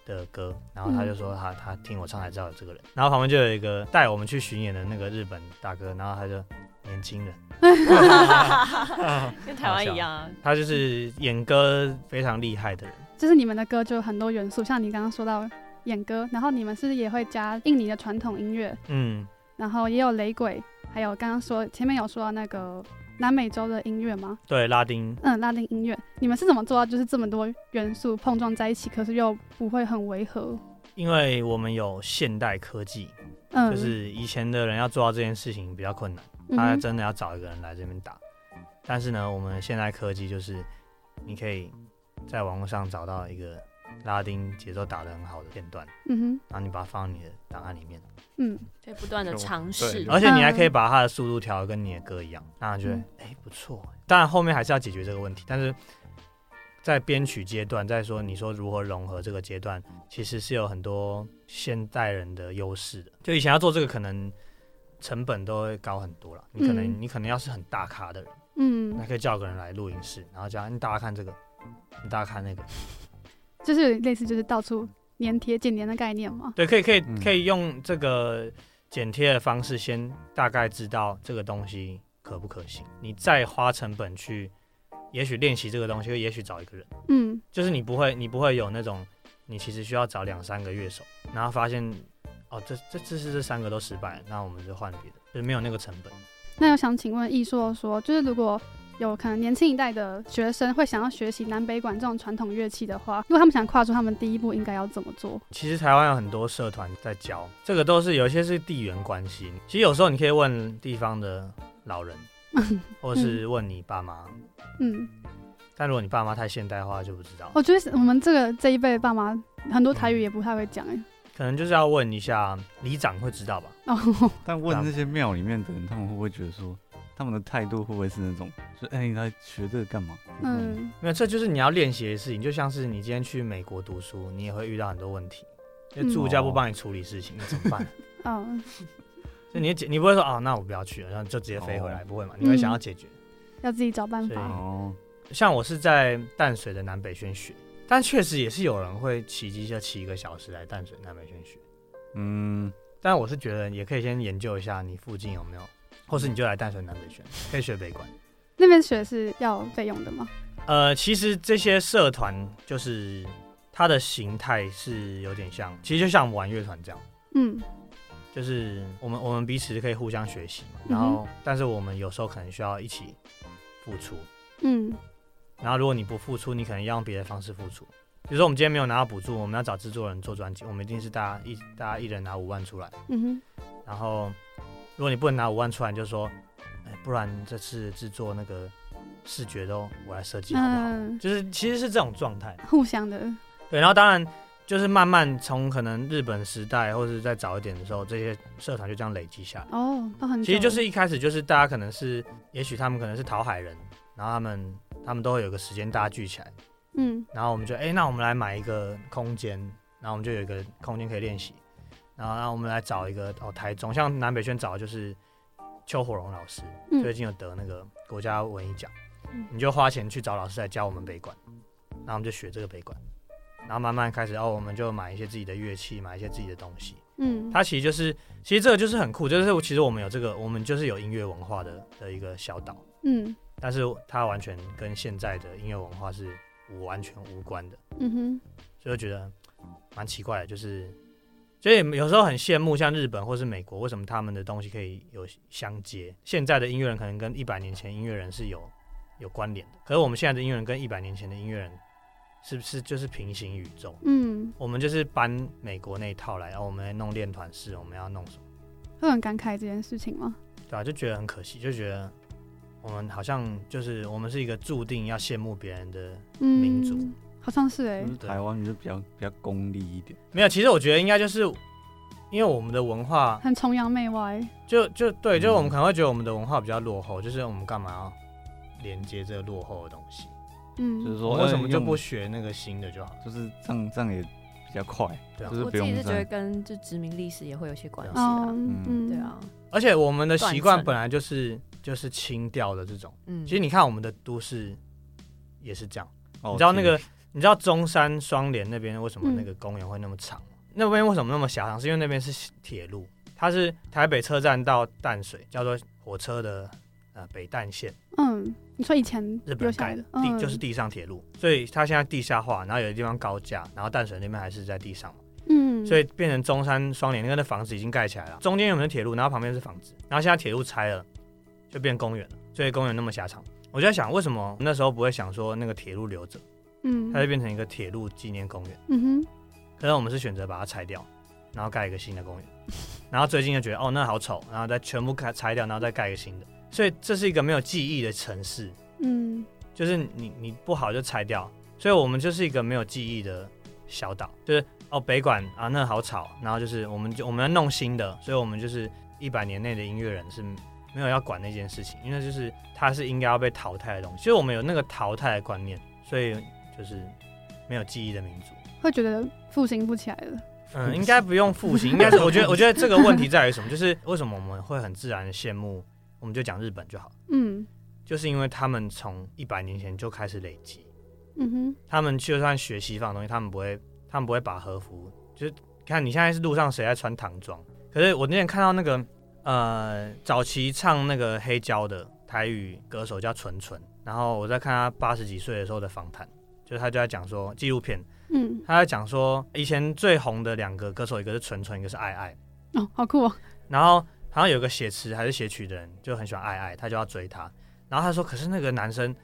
[SPEAKER 6] 的歌，然后他就说他他听我唱才知道有这个人，然后旁边就有一个带我们去巡演的那个日本大哥，然后他就年 轻人，
[SPEAKER 8] 跟台湾一样啊，
[SPEAKER 6] 他就是演歌非常厉害的人，
[SPEAKER 2] 就是你们的歌就有很多元素，像你刚刚说到演歌，然后你们是不是也会加印尼的传统音乐，
[SPEAKER 6] 嗯，
[SPEAKER 2] 然后也有雷鬼，还有刚刚说前面有说到那个南美洲的音乐吗？
[SPEAKER 6] 对，拉丁，
[SPEAKER 2] 嗯，拉丁音乐，你们是怎么做到就是这么多元素碰撞在一起，可是又不会很违和？
[SPEAKER 6] 因为我们有现代科技，
[SPEAKER 2] 嗯，
[SPEAKER 6] 就是以前的人要做到这件事情比较困难，
[SPEAKER 2] 嗯
[SPEAKER 6] 他
[SPEAKER 2] 哼
[SPEAKER 6] 真的要找一个人来这边打。但是呢，我们现代科技就是你可以在网络上找到一个拉丁节奏打得很好的片段，
[SPEAKER 2] 嗯哼，
[SPEAKER 6] 然后你把它放到你的档案里面，
[SPEAKER 2] 嗯，
[SPEAKER 8] 可以不断的尝试
[SPEAKER 7] 对，
[SPEAKER 6] 而且你还可以把它的速度调得跟你的歌一样，
[SPEAKER 2] 嗯
[SPEAKER 6] 那你觉得哎、诶不错。当然后面还是要解决这个问题，但是在编曲阶段，再说你说如何融合这个阶段，其实是有很多现代人的优势的。就以前要做这个，可能成本都会高很多了。你可能、
[SPEAKER 2] 嗯
[SPEAKER 6] 你可能要是很大咖的人，那
[SPEAKER 2] 嗯，
[SPEAKER 6] 可以叫个人来录音室，然后哎叫你大家看这个，你大家看那个，
[SPEAKER 2] 就是有点类似就是到处粘贴剪粘的概念嘛。
[SPEAKER 6] 对，可以可以
[SPEAKER 7] 嗯
[SPEAKER 6] 可以用这个剪贴的方式，先大概知道这个东西可不可行，你再花成本去，也许练习这个东西，也许找一个人，
[SPEAKER 2] 嗯
[SPEAKER 6] 就是你不会你不会有那种你其实需要找两三个乐手，然后发现哦这这这次这三个都失败了，那我们就换别的，就是没有那个成本。
[SPEAKER 2] 那我想请问艺硕说，就是如果有可能年轻一代的学生会想要学习南北管这种传统乐器的话，如果他们想跨出他们第一步，应该要怎么做？
[SPEAKER 6] 其实台湾有很多社团在教，这个都是有一些是地缘关系。其实有时候你可以问地方的老人，或是问你爸妈，
[SPEAKER 2] 嗯，
[SPEAKER 6] 但如果你爸妈太现代化，就不知道，
[SPEAKER 2] 我觉得我们这个这一辈的爸妈很多台语也不太会讲哎、
[SPEAKER 6] 可能就是要问一下里长会知道吧。
[SPEAKER 2] 哦，
[SPEAKER 7] 但
[SPEAKER 6] 啊
[SPEAKER 7] 问那些庙里面的人，他们会不会觉得说，他们的态度会不会是那种，说哎、你来学这个干嘛？嗯，
[SPEAKER 2] 嗯
[SPEAKER 6] 没有，这就是你要练习的事情，就像是你今天去美国读书，你也会遇到很多问题，就
[SPEAKER 2] 嗯
[SPEAKER 6] 助教不帮你处理事情，你怎么办？
[SPEAKER 2] 哦，
[SPEAKER 6] 就你也解你不会说哦，那我不要去了，然后就直接飞回来，
[SPEAKER 7] 哦
[SPEAKER 6] 不会嘛？你会想要解决。
[SPEAKER 2] 要自己找办
[SPEAKER 6] 所以
[SPEAKER 2] 法。
[SPEAKER 7] 哦，
[SPEAKER 6] 像我是在淡水的南北轩学，但确实也是有人会骑机车骑一个小时来淡水南北轩学。
[SPEAKER 7] 嗯，
[SPEAKER 6] 但我是觉得也可以先研究一下你附近有没有，或是你就来淡水南北轩，可以学北管。
[SPEAKER 2] 那边学是要费用的吗？
[SPEAKER 6] 呃，其实这些社团就是它的形态是有点像，其实就像我们玩乐团这样，
[SPEAKER 2] 嗯
[SPEAKER 6] 就是我们我们彼此可以互相学习嘛，
[SPEAKER 2] 嗯哼
[SPEAKER 6] 然后、但是我们有时候可能需要一起付出，
[SPEAKER 2] 嗯
[SPEAKER 6] 然后如果你不付出，你可能要用别的方式付出。比如说我们今天没有拿到补助，我们要找制作人做专辑，我们一定是大家一大家一人拿五万出来，
[SPEAKER 2] 嗯哼
[SPEAKER 6] 然后如果你不能拿五万出来，你就说，哎，不然这次制作那个视觉都我来设计好不好？
[SPEAKER 2] 嗯，
[SPEAKER 6] 就是其实是这种状态。
[SPEAKER 2] 互相的，
[SPEAKER 6] 对，然后当然就是慢慢从可能日本时代，或是再早一点的时候，这些社团就这样累积下来。
[SPEAKER 2] 哦，都很久
[SPEAKER 6] 其实就是一开始就是大家可能是，也许他们可能是讨海人，然后他们他们都会有个时间大家聚起来，
[SPEAKER 2] 嗯
[SPEAKER 6] 然后我们就哎、诶那我们来买一个空间，然后我们就有一个空间可以练习，然后然后我们来找一个哦台中，像南北轩找的就是邱火龙老师，最
[SPEAKER 2] 嗯
[SPEAKER 6] 近有得那个国家文艺奖
[SPEAKER 8] 嗯，
[SPEAKER 6] 你就花钱去找老师来教我们北管，然后我们就学这个北管，然后慢慢开始哦，我们就买一些自己的乐器，买一些自己的东西。
[SPEAKER 2] 嗯
[SPEAKER 6] 它其实就是，其实这个就是很酷，就是其实我们有这个，我们就是有音乐文化的的一个小岛，
[SPEAKER 2] 嗯
[SPEAKER 6] 但是它完全跟现在的音乐文化是无完全无关的，
[SPEAKER 2] 嗯哼
[SPEAKER 6] 所以我觉得蛮奇怪的，就是。所以有时候很羡慕像日本或是美国，为什么他们的东西可以有相接？现在的音乐人可能跟一百年前音乐人是有有关联的，可是我们现在的音乐人跟一百年前的音乐人是不是就是平行宇宙？
[SPEAKER 2] 嗯，
[SPEAKER 6] 我们就是搬美国那一套来，然后我们来弄练团式，我们要弄什么？
[SPEAKER 2] 会很感慨这件事情吗？
[SPEAKER 6] 对啊，就觉得很可惜，就觉得我们好像就是我们是一个注定要羡慕别人的。
[SPEAKER 2] 嗯，
[SPEAKER 6] 民族嗯
[SPEAKER 2] 好像是哎、
[SPEAKER 7] 就是
[SPEAKER 6] 对
[SPEAKER 7] 台湾就比较比较功利一点，
[SPEAKER 6] 没有，其实我觉得应该就是因为我们的文化，
[SPEAKER 2] 很崇洋媚外。
[SPEAKER 6] 就就对，就是我
[SPEAKER 7] 嗯
[SPEAKER 6] 们可能会觉得我们的文化比较落后，就是我们干嘛要连接这个落后的东西？
[SPEAKER 2] 嗯，
[SPEAKER 7] 就是
[SPEAKER 6] 我
[SPEAKER 7] 说
[SPEAKER 6] 们为什么就，不
[SPEAKER 7] 呃
[SPEAKER 6] 学那个新的就好？
[SPEAKER 7] 用就是这样这样也比较快，
[SPEAKER 6] 对啊
[SPEAKER 7] 就是
[SPEAKER 8] 我
[SPEAKER 7] 不
[SPEAKER 8] 自
[SPEAKER 7] 用
[SPEAKER 8] 己是觉
[SPEAKER 7] 这
[SPEAKER 8] 得
[SPEAKER 7] 样，
[SPEAKER 8] 跟就殖民历史也会有些关系
[SPEAKER 2] 哦
[SPEAKER 8] 啊，
[SPEAKER 2] 嗯嗯
[SPEAKER 8] 对，啊，
[SPEAKER 6] 而且我们的习惯
[SPEAKER 8] 断层
[SPEAKER 6] 本来就是就是轻调的这种。
[SPEAKER 8] 嗯，
[SPEAKER 6] 其实你看我们的都市也是这样，
[SPEAKER 7] 哦
[SPEAKER 6] 你知道那个
[SPEAKER 7] 是
[SPEAKER 6] 你知道中山双连那边为什么
[SPEAKER 2] 嗯
[SPEAKER 6] 那个公园会那么长吗？那边为什么那么狭长？是因为那边是铁路，它是台北车站到淡水叫做火车的呃北淡线，
[SPEAKER 2] 嗯，你说以前
[SPEAKER 6] 日本
[SPEAKER 2] 留
[SPEAKER 6] 人
[SPEAKER 2] 下
[SPEAKER 6] 盖
[SPEAKER 2] 来
[SPEAKER 6] 的
[SPEAKER 2] 嗯、
[SPEAKER 6] 地就是地上铁路，所以它现在地下化，然后有的地方高架，然后淡水那边还是在地上嘛。
[SPEAKER 2] 嗯嗯，
[SPEAKER 6] 所以变成中山双连那个房子已经盖起来了，中间有没有铁路，然后旁边是房子，然后现在铁路拆了，就变公园了，所以公园那么狭长。我就在想，为什么那时候不会想说那个铁路留着，
[SPEAKER 2] 嗯
[SPEAKER 6] 它就变成一个铁路纪念公园？
[SPEAKER 2] 嗯哼，
[SPEAKER 6] 可是我们是选择把它拆掉，然后盖一个新的公园。然后最近就觉得哦，那好丑，然后再全部拆拆掉，然后再盖一个新的。所以这是一个没有记忆的城市，
[SPEAKER 2] 嗯
[SPEAKER 6] 就是你你不好就拆掉。所以我们就是一个没有记忆的小岛，就是哦北馆啊那好吵，然后就是我们就我们要弄新的，所以我们就是一百年内的音乐人是没有要管那件事情，因为就是它是应该要被淘汰的东西。所以我们有那个淘汰的观念，所以就是没有记忆的民族。
[SPEAKER 2] 会觉得复兴不起来了。
[SPEAKER 6] 嗯，应该不用复习，应该是我觉得，我觉得这个问题在于什么？就是为什么我们会很自然的羡慕，我们就讲日本就好，
[SPEAKER 2] 嗯
[SPEAKER 6] 就是因为他们从一百年前就开始累积，
[SPEAKER 2] 嗯哼，
[SPEAKER 6] 他们就算学西方的东西，他们不会，他们不会把和服，就是看你现在是路上谁在穿唐装，可是我那天看到那个呃，早期唱那个黑胶的台语歌手叫纯纯，然后我在看他八十几岁的时候的访谈，就是他就在讲说纪录片，
[SPEAKER 2] 嗯
[SPEAKER 6] 他在讲说以前最红的两个歌手，一个是纯纯，一个是爱爱。
[SPEAKER 2] 哦，好酷哦，
[SPEAKER 6] 然后好像有个写词还是写曲的人就很喜欢爱爱，他就要追她。然后他说，可是那个男生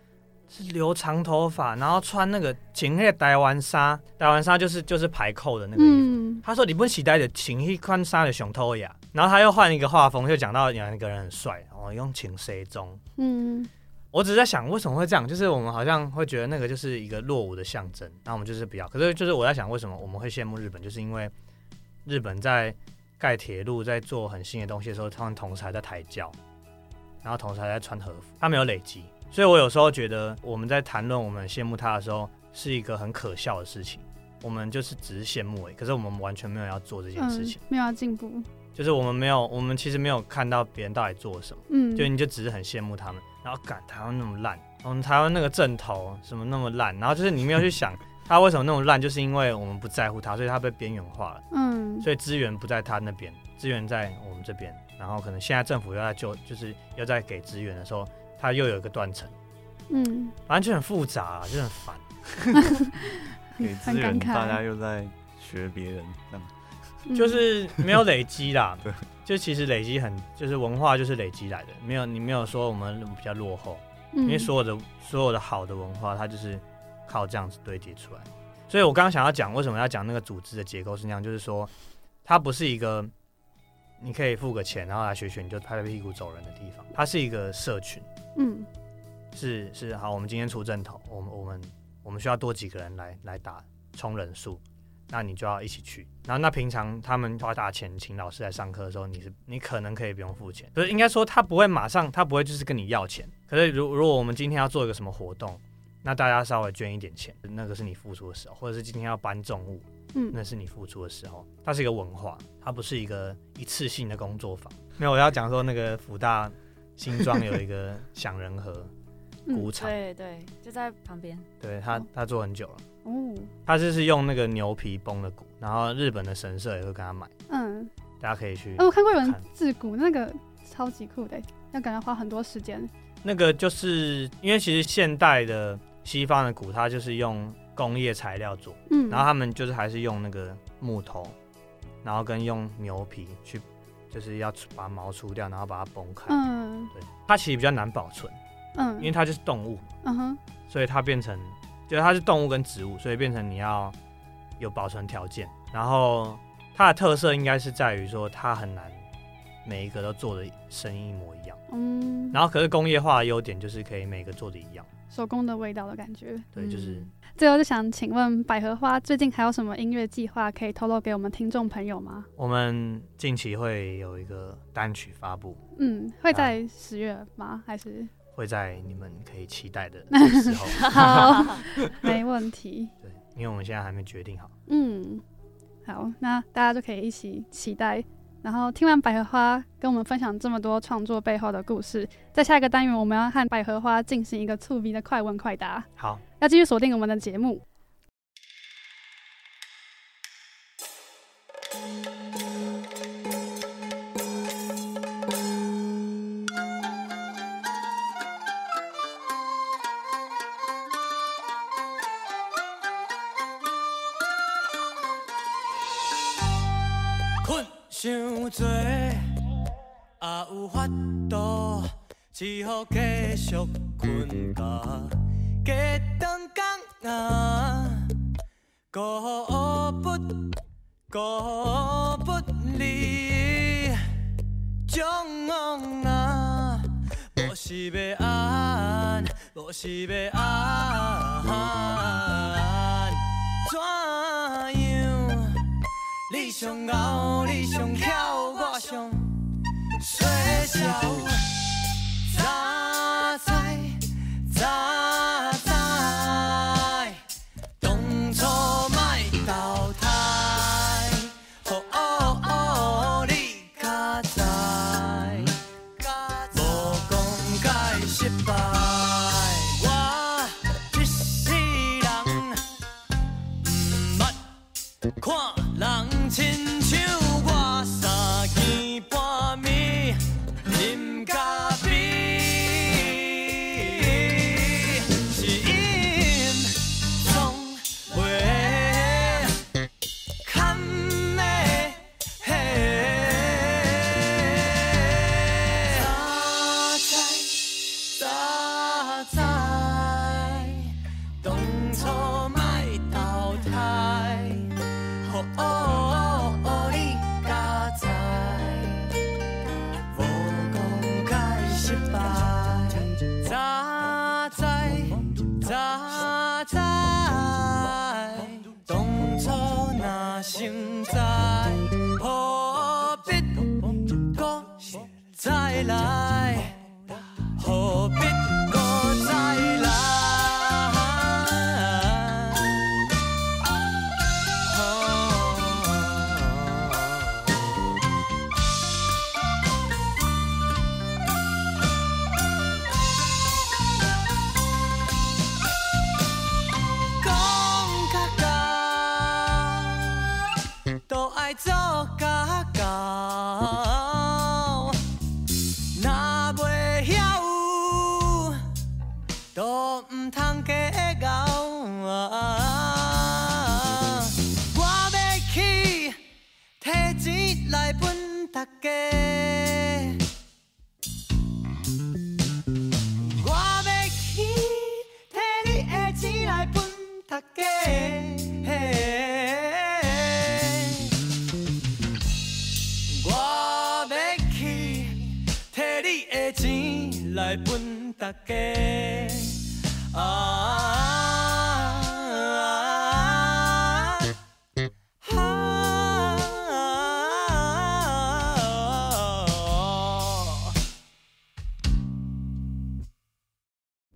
[SPEAKER 6] 是留长头发，然后穿那个情黑台湾纱，台湾纱就是 就是排扣的那个衣服。
[SPEAKER 2] 嗯
[SPEAKER 6] 他说：“你不是带着情一宽纱的熊偷呀。”然后他又换一个画风，就讲到两个人很帅，哦，用情谁中。
[SPEAKER 2] 嗯
[SPEAKER 6] 我只是在想，为什么会这样？就是我们好像会觉得那个就是一个落伍的象征，那我们就是不要。可是就是我在想，为什么我们会羡慕日本，就是因为日本在盖铁路、在做很新的东西的时候，他们同时还在抬轿，然后同时还在穿和服，他没有累积。所以我有时候觉得我们在谈论我们羡慕他的时候，是一个很可笑的事情。我们就是只是羡慕而已，可是我们完全没有要做这件事
[SPEAKER 2] 嗯
[SPEAKER 6] 情，，
[SPEAKER 2] 没有要进步，
[SPEAKER 6] 就是我们没有，我们其实没有看到别人到底做了什么。
[SPEAKER 2] 嗯，
[SPEAKER 6] 就你就只是很羡慕他们，然后赶台湾那么烂，我们台湾那个正头什么那么烂，然后就是你没有 去想他为什么那么烂，就是因为我们不在乎他，所以他被边缘化了，
[SPEAKER 2] 嗯
[SPEAKER 6] 所以资源不在他那边，资源在我们这边，然后可能现在政府又在救，就是又在给资源的时候，他又有一个断层，
[SPEAKER 2] 嗯，
[SPEAKER 6] 反正就很复杂、啊，就很烦。
[SPEAKER 7] 给
[SPEAKER 2] 很
[SPEAKER 7] 资
[SPEAKER 2] 感
[SPEAKER 7] 源，大家
[SPEAKER 2] 慨，
[SPEAKER 7] 又在学别人，这样
[SPEAKER 2] 嗯
[SPEAKER 6] 就是没有累积啦
[SPEAKER 7] 对。
[SPEAKER 6] 就其实累积很，就是文化就是累积来的，没有你没有说我们比较落后，因为
[SPEAKER 2] 嗯
[SPEAKER 6] 所有的所有的好的文化，它就是靠这样子堆叠出来。所以我刚刚想要讲，为什么要讲那个组织的结构是那样，就是说它不是一个你可以付个钱然后来学学你就拍拍屁股走人的地方，它是一个社群，
[SPEAKER 2] 嗯
[SPEAKER 6] 是是好，我们今天出阵头，我们我们我们需要多几个人来来打冲人数，那你就要一起去。然后那平常他们花大钱请老师来上课的时候，你是你可能可以不用付钱，可是应该说他不会马上，他不会就是跟你要钱。可是如如果我们今天要做一个什么活动，那大家稍微捐一点钱，那个是你付出的时候，或者是今天要搬重物，
[SPEAKER 2] 嗯
[SPEAKER 6] 那是你付出的时候。它是一个文化，它不是一个一次性的工作坊。没有，我要讲说那个福大新庄有一 个享仁和
[SPEAKER 2] 嗯
[SPEAKER 6] 谷场，
[SPEAKER 8] 对对，就在旁边。
[SPEAKER 6] 对他他做很久了，
[SPEAKER 2] 哦
[SPEAKER 6] 他就是用那个牛皮绷的鼓，然后日本的神社也会跟他买，
[SPEAKER 2] 嗯，
[SPEAKER 6] 大家可以去
[SPEAKER 2] 哎，。我看过有人
[SPEAKER 6] 看
[SPEAKER 2] 自古那个超级酷的，要感觉花很多时间，
[SPEAKER 6] 那个就是因为其实现代的西方的鼓，它就是用工业材料做，
[SPEAKER 2] 嗯，
[SPEAKER 6] 然后他们就是还是用那个木头，然后跟用牛皮去，就是要把毛除掉，然后把它崩开。
[SPEAKER 2] 嗯
[SPEAKER 6] 它其实比较难保存，
[SPEAKER 2] 嗯，
[SPEAKER 6] 因为它就是动物，
[SPEAKER 2] 嗯哼
[SPEAKER 6] 所以它变成就是它是动物跟植物，所以变成你要有保存条件。然后它的特色应该是在于说它很难每一个都做的声音一模一样。
[SPEAKER 2] 嗯，
[SPEAKER 6] 然后可是工业化的优点就是可以每个做的一样，
[SPEAKER 2] 手工的味道的感觉。
[SPEAKER 6] 对，就是
[SPEAKER 8] 嗯
[SPEAKER 2] 最后就想请问百合花最近还有什么音乐计划可以透露给我们听众朋友吗？
[SPEAKER 6] 我们近期会有一个单曲发布，
[SPEAKER 2] 嗯，会在十月吗？还是
[SPEAKER 6] 会在你们可以期待的时候。
[SPEAKER 2] 好， 没问题。
[SPEAKER 6] 对，因为我们现在还没决定好。
[SPEAKER 2] 嗯，好，那大家就可以一起期待。然后听完百合花跟我们分享这么多创作背后的故事，在下一个单元我们要和百合花进行一个触鼻的快问快答，
[SPEAKER 6] 好，
[SPEAKER 2] 要继续锁定我们的节目。
[SPEAKER 3] 「困伤多，也有法度，只好继续困觉。加长工啊，孤不孤不离，将往啊，无是要安，无是要安，怎样？你上敖，你上巧，我上衰潲。早知早知，当初莫淘汰。哦哦哦，你较知，无讲该失败。我一世人毋捌。看人亲像我三更半暝饮咖啡，是因总袂堪的嘿。早知早知，当初莫淘汰。哦哦哦哦，你敢知？无讲该失败，早知早知，当初若成知，何必搁再来？何必搁再来？讲甲到，都爱做甲到。若袂晓，都毋通计较。我要去摕钱来分大家。我要去摕你的钱来分大家。我要去摕你的钱来分大家。啊！啊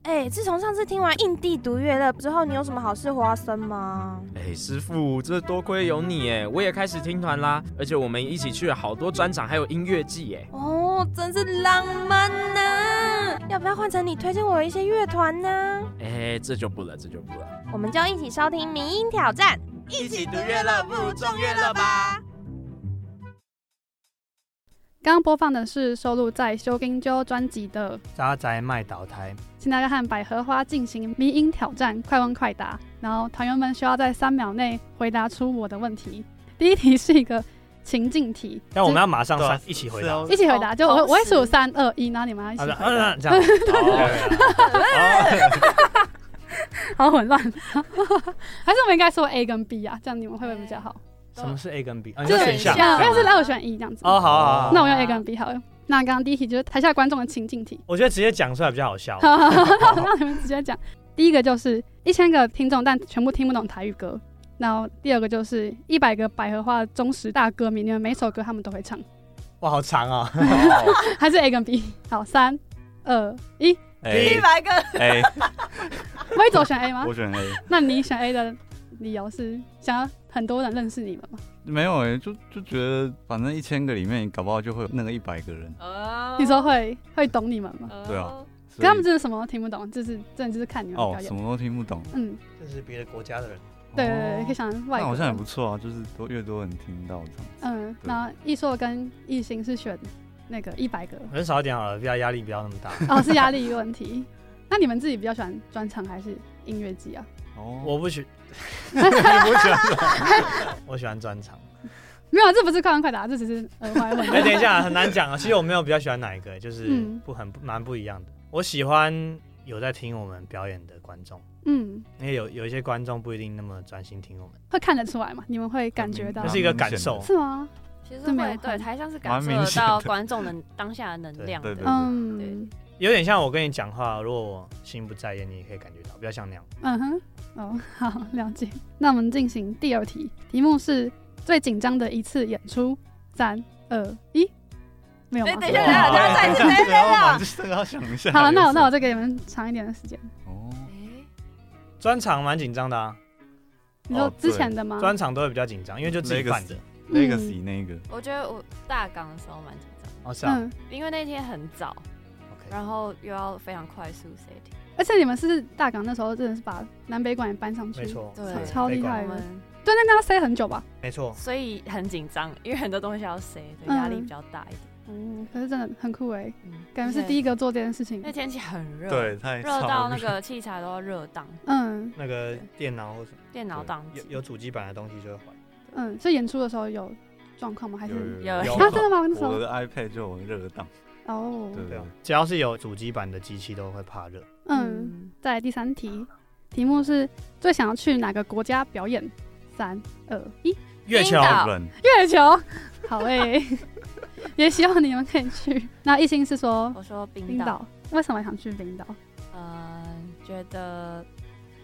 [SPEAKER 5] 哎、自从上次听完印地独乐乐之后，你有什么好事发生吗？
[SPEAKER 4] 哎，师傅，这多亏有你哎，我也开始听团啦，而且我们一起去了好多专场，还有音乐季哎。
[SPEAKER 5] 哦，真是浪漫啊呐、要不要换成你推荐我一些乐团呢？
[SPEAKER 4] 哎，这就不了，这就不了。
[SPEAKER 5] 我们就一起收听《民音挑战》。
[SPEAKER 4] 一起读乐乐，不如众乐乐吧。
[SPEAKER 2] 刚刚播放的是收录在《修金鸠》专辑的
[SPEAKER 6] 渣宅卖倒台，
[SPEAKER 2] 现在要和百合花进行迷音挑战，快问快答。然后团员们需要在三秒内回答出我的问题。第一题是一个情境题，
[SPEAKER 6] 但我们
[SPEAKER 2] 就
[SPEAKER 6] 要马上
[SPEAKER 7] 对啊
[SPEAKER 6] 三一起回答。
[SPEAKER 2] 一起回答，
[SPEAKER 8] 同
[SPEAKER 2] 就我
[SPEAKER 8] 同
[SPEAKER 2] 我会
[SPEAKER 8] 时
[SPEAKER 2] 数三二一，然后你 们要一起
[SPEAKER 6] 啊
[SPEAKER 2] 回
[SPEAKER 6] 不
[SPEAKER 2] 答
[SPEAKER 6] 啊，这样，哦
[SPEAKER 2] 好混乱。还是我们应该说 A 跟 B 啊，这样你们会不会比较好？
[SPEAKER 6] 什么是 A 跟 B？啊，你
[SPEAKER 2] 就
[SPEAKER 6] 说
[SPEAKER 2] 是
[SPEAKER 6] 选项。
[SPEAKER 2] 那要
[SPEAKER 6] 哦，
[SPEAKER 2] 是让我选一这样子，
[SPEAKER 6] 好好好好。
[SPEAKER 2] 那我用 A 跟 B 好了。那刚刚第一题就是台下观众的情境题，
[SPEAKER 6] 我觉得直接讲出来比较好笑。
[SPEAKER 2] 好， 那你们直接讲。第一个就是一千个听众，但全部听不懂台语歌。然后第二个就是一百个百合花的忠实大歌迷，你们每首歌他们都会唱，
[SPEAKER 6] 哇，好 长啊！
[SPEAKER 2] 还是 A 跟 B？好，三、二、一，啊
[SPEAKER 7] A
[SPEAKER 5] 百个
[SPEAKER 7] A，
[SPEAKER 2] 威总选 A 吗
[SPEAKER 7] 哎我？选 A。
[SPEAKER 2] 那你选 A 的理由是想要很多人认识你们吗？
[SPEAKER 7] 没有哎、就就觉得反正一千个里面，搞不好就会有那个一百个人。
[SPEAKER 2] 哦
[SPEAKER 8] 哦
[SPEAKER 2] 你说会会懂你们吗？
[SPEAKER 7] 对啊，所
[SPEAKER 2] 可他们
[SPEAKER 7] 以
[SPEAKER 2] 真的什么都听不懂，就是真的就是看你们
[SPEAKER 7] 哦
[SPEAKER 2] 表，
[SPEAKER 7] 什
[SPEAKER 2] 演。
[SPEAKER 7] 么都听不懂。
[SPEAKER 2] 嗯，
[SPEAKER 6] 这是别的国家的人，
[SPEAKER 2] 对对
[SPEAKER 7] 哦
[SPEAKER 2] 对，可以想外
[SPEAKER 7] 那
[SPEAKER 2] 国
[SPEAKER 7] 好
[SPEAKER 2] 的。
[SPEAKER 7] 像也不错啊，就是多越多人听到这样。
[SPEAKER 2] 嗯，
[SPEAKER 7] 对
[SPEAKER 2] 然后艺硕跟艺兴是选那个一百个，
[SPEAKER 6] 人少一点好了，不要压力不要那么大。
[SPEAKER 2] 哦，是压力问题。那你们自己比较喜欢专场还是音乐季啊？
[SPEAKER 7] 哦，
[SPEAKER 6] 我不喜，你不喜欢，我喜欢专场。
[SPEAKER 2] 没有，这不是快问快答，这只是呃快问。
[SPEAKER 6] 哎、等一下，很难讲啊。其实我没有比较喜欢哪一个，就是
[SPEAKER 2] 嗯
[SPEAKER 6] 不很不蛮不一样的。我喜欢有在听我们表演的观众，
[SPEAKER 2] 嗯，
[SPEAKER 6] 因为有有一些观众不一定那么专心听我们，
[SPEAKER 2] 会看得出来嘛？你们会感觉到
[SPEAKER 6] 这
[SPEAKER 7] 蛮
[SPEAKER 6] 是一个感受
[SPEAKER 7] 明。
[SPEAKER 2] 是吗？
[SPEAKER 8] 其实
[SPEAKER 2] 这没有
[SPEAKER 8] 会对
[SPEAKER 2] 很
[SPEAKER 8] 台上是感受
[SPEAKER 7] 蛮明
[SPEAKER 8] 得
[SPEAKER 7] 显
[SPEAKER 8] 到
[SPEAKER 7] 的
[SPEAKER 8] 观众的当下的能量
[SPEAKER 7] 对
[SPEAKER 8] 的
[SPEAKER 7] 对。对
[SPEAKER 2] 嗯
[SPEAKER 6] 有点像我跟你讲话，如果我心不在焉，你也可以感觉到，比较像那样。
[SPEAKER 2] 嗯哼，哦， 好了解。那我们进行第二题，题目是最紧张的一次演出，三二一，没有吗？
[SPEAKER 5] 等等一下，等一下，
[SPEAKER 8] 啊
[SPEAKER 5] 等一下，再一次，等一下等一下
[SPEAKER 7] 这，这个要想一下。
[SPEAKER 2] 好了，那我那我再给你们长一点的时间。
[SPEAKER 7] 哦，
[SPEAKER 6] 专场蛮紧张的啊，
[SPEAKER 2] 你说
[SPEAKER 7] 哦
[SPEAKER 2] 之前的吗？
[SPEAKER 6] 专场都会比较紧张，因为就自己办的。
[SPEAKER 7] 那个 C 那个，
[SPEAKER 8] 我觉得我大纲的时候蛮紧张，
[SPEAKER 6] 哦，是啊
[SPEAKER 2] 嗯，
[SPEAKER 8] 因为那天很早，
[SPEAKER 6] ，OK，
[SPEAKER 8] 然后又要非常快速 setting，
[SPEAKER 2] 而且你们是大港那时候真的是把南北馆也搬上去，
[SPEAKER 6] 没，错，
[SPEAKER 8] 对
[SPEAKER 6] 对
[SPEAKER 2] 超厉害
[SPEAKER 8] 我
[SPEAKER 2] 的。对，那
[SPEAKER 8] 们
[SPEAKER 2] 那要塞很久吧？
[SPEAKER 6] 没错。
[SPEAKER 8] 所以很紧张，因为很多东西要 set，对压力
[SPEAKER 2] 嗯
[SPEAKER 8] 比较大一点。
[SPEAKER 2] 嗯，可是真的很酷哎，
[SPEAKER 8] 嗯，
[SPEAKER 2] 感觉是第一
[SPEAKER 8] 一。
[SPEAKER 2] 个做这件事情
[SPEAKER 8] 那。天气很热，
[SPEAKER 7] 对，，太
[SPEAKER 8] 热
[SPEAKER 7] 超
[SPEAKER 8] 到
[SPEAKER 7] 热
[SPEAKER 8] 那个器材都要热档，
[SPEAKER 2] 嗯
[SPEAKER 6] 那个电脑或什么
[SPEAKER 8] 电脑档
[SPEAKER 6] 有有主机版的东西就会坏。
[SPEAKER 2] 嗯，所以演出的时候有状况吗？还是
[SPEAKER 7] 有
[SPEAKER 8] 有
[SPEAKER 2] 啊，真的吗？那时
[SPEAKER 7] 我
[SPEAKER 2] 候
[SPEAKER 7] 的 iPad 就有热档，
[SPEAKER 2] 哦，
[SPEAKER 7] 对
[SPEAKER 6] 对
[SPEAKER 7] 对
[SPEAKER 6] 啊，只要是有主机版的机器都会怕热。
[SPEAKER 2] 嗯，，再来第三题，题目是最想要去哪个国家表演？三二一，
[SPEAKER 6] 月球
[SPEAKER 8] 冰岛
[SPEAKER 7] 冷
[SPEAKER 2] 月球。好诶、 也希望你们可以去。那一心是说
[SPEAKER 8] 我说冰
[SPEAKER 2] 冰
[SPEAKER 8] 岛
[SPEAKER 2] 岛，，为什么想去冰岛？
[SPEAKER 8] 呃，觉得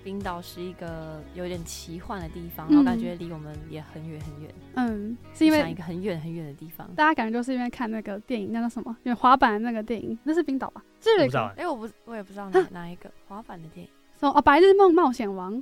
[SPEAKER 8] 冰岛是一个有点奇幻的地方，
[SPEAKER 2] 嗯
[SPEAKER 8] 然后感觉离我们也很远很远，
[SPEAKER 2] 嗯，是因
[SPEAKER 8] 就像一
[SPEAKER 2] 为
[SPEAKER 8] 个很远很远的地方。
[SPEAKER 2] 大家感觉就是因为看那个电影，那叫什么？因为滑板的那个电影，那是冰岛吧？这
[SPEAKER 6] 我
[SPEAKER 2] 个
[SPEAKER 6] 不知道
[SPEAKER 2] 什
[SPEAKER 6] 欸
[SPEAKER 8] 哎，我不，我也不知道哪哪一个滑板的电影
[SPEAKER 2] 么哦，《白日梦冒险王》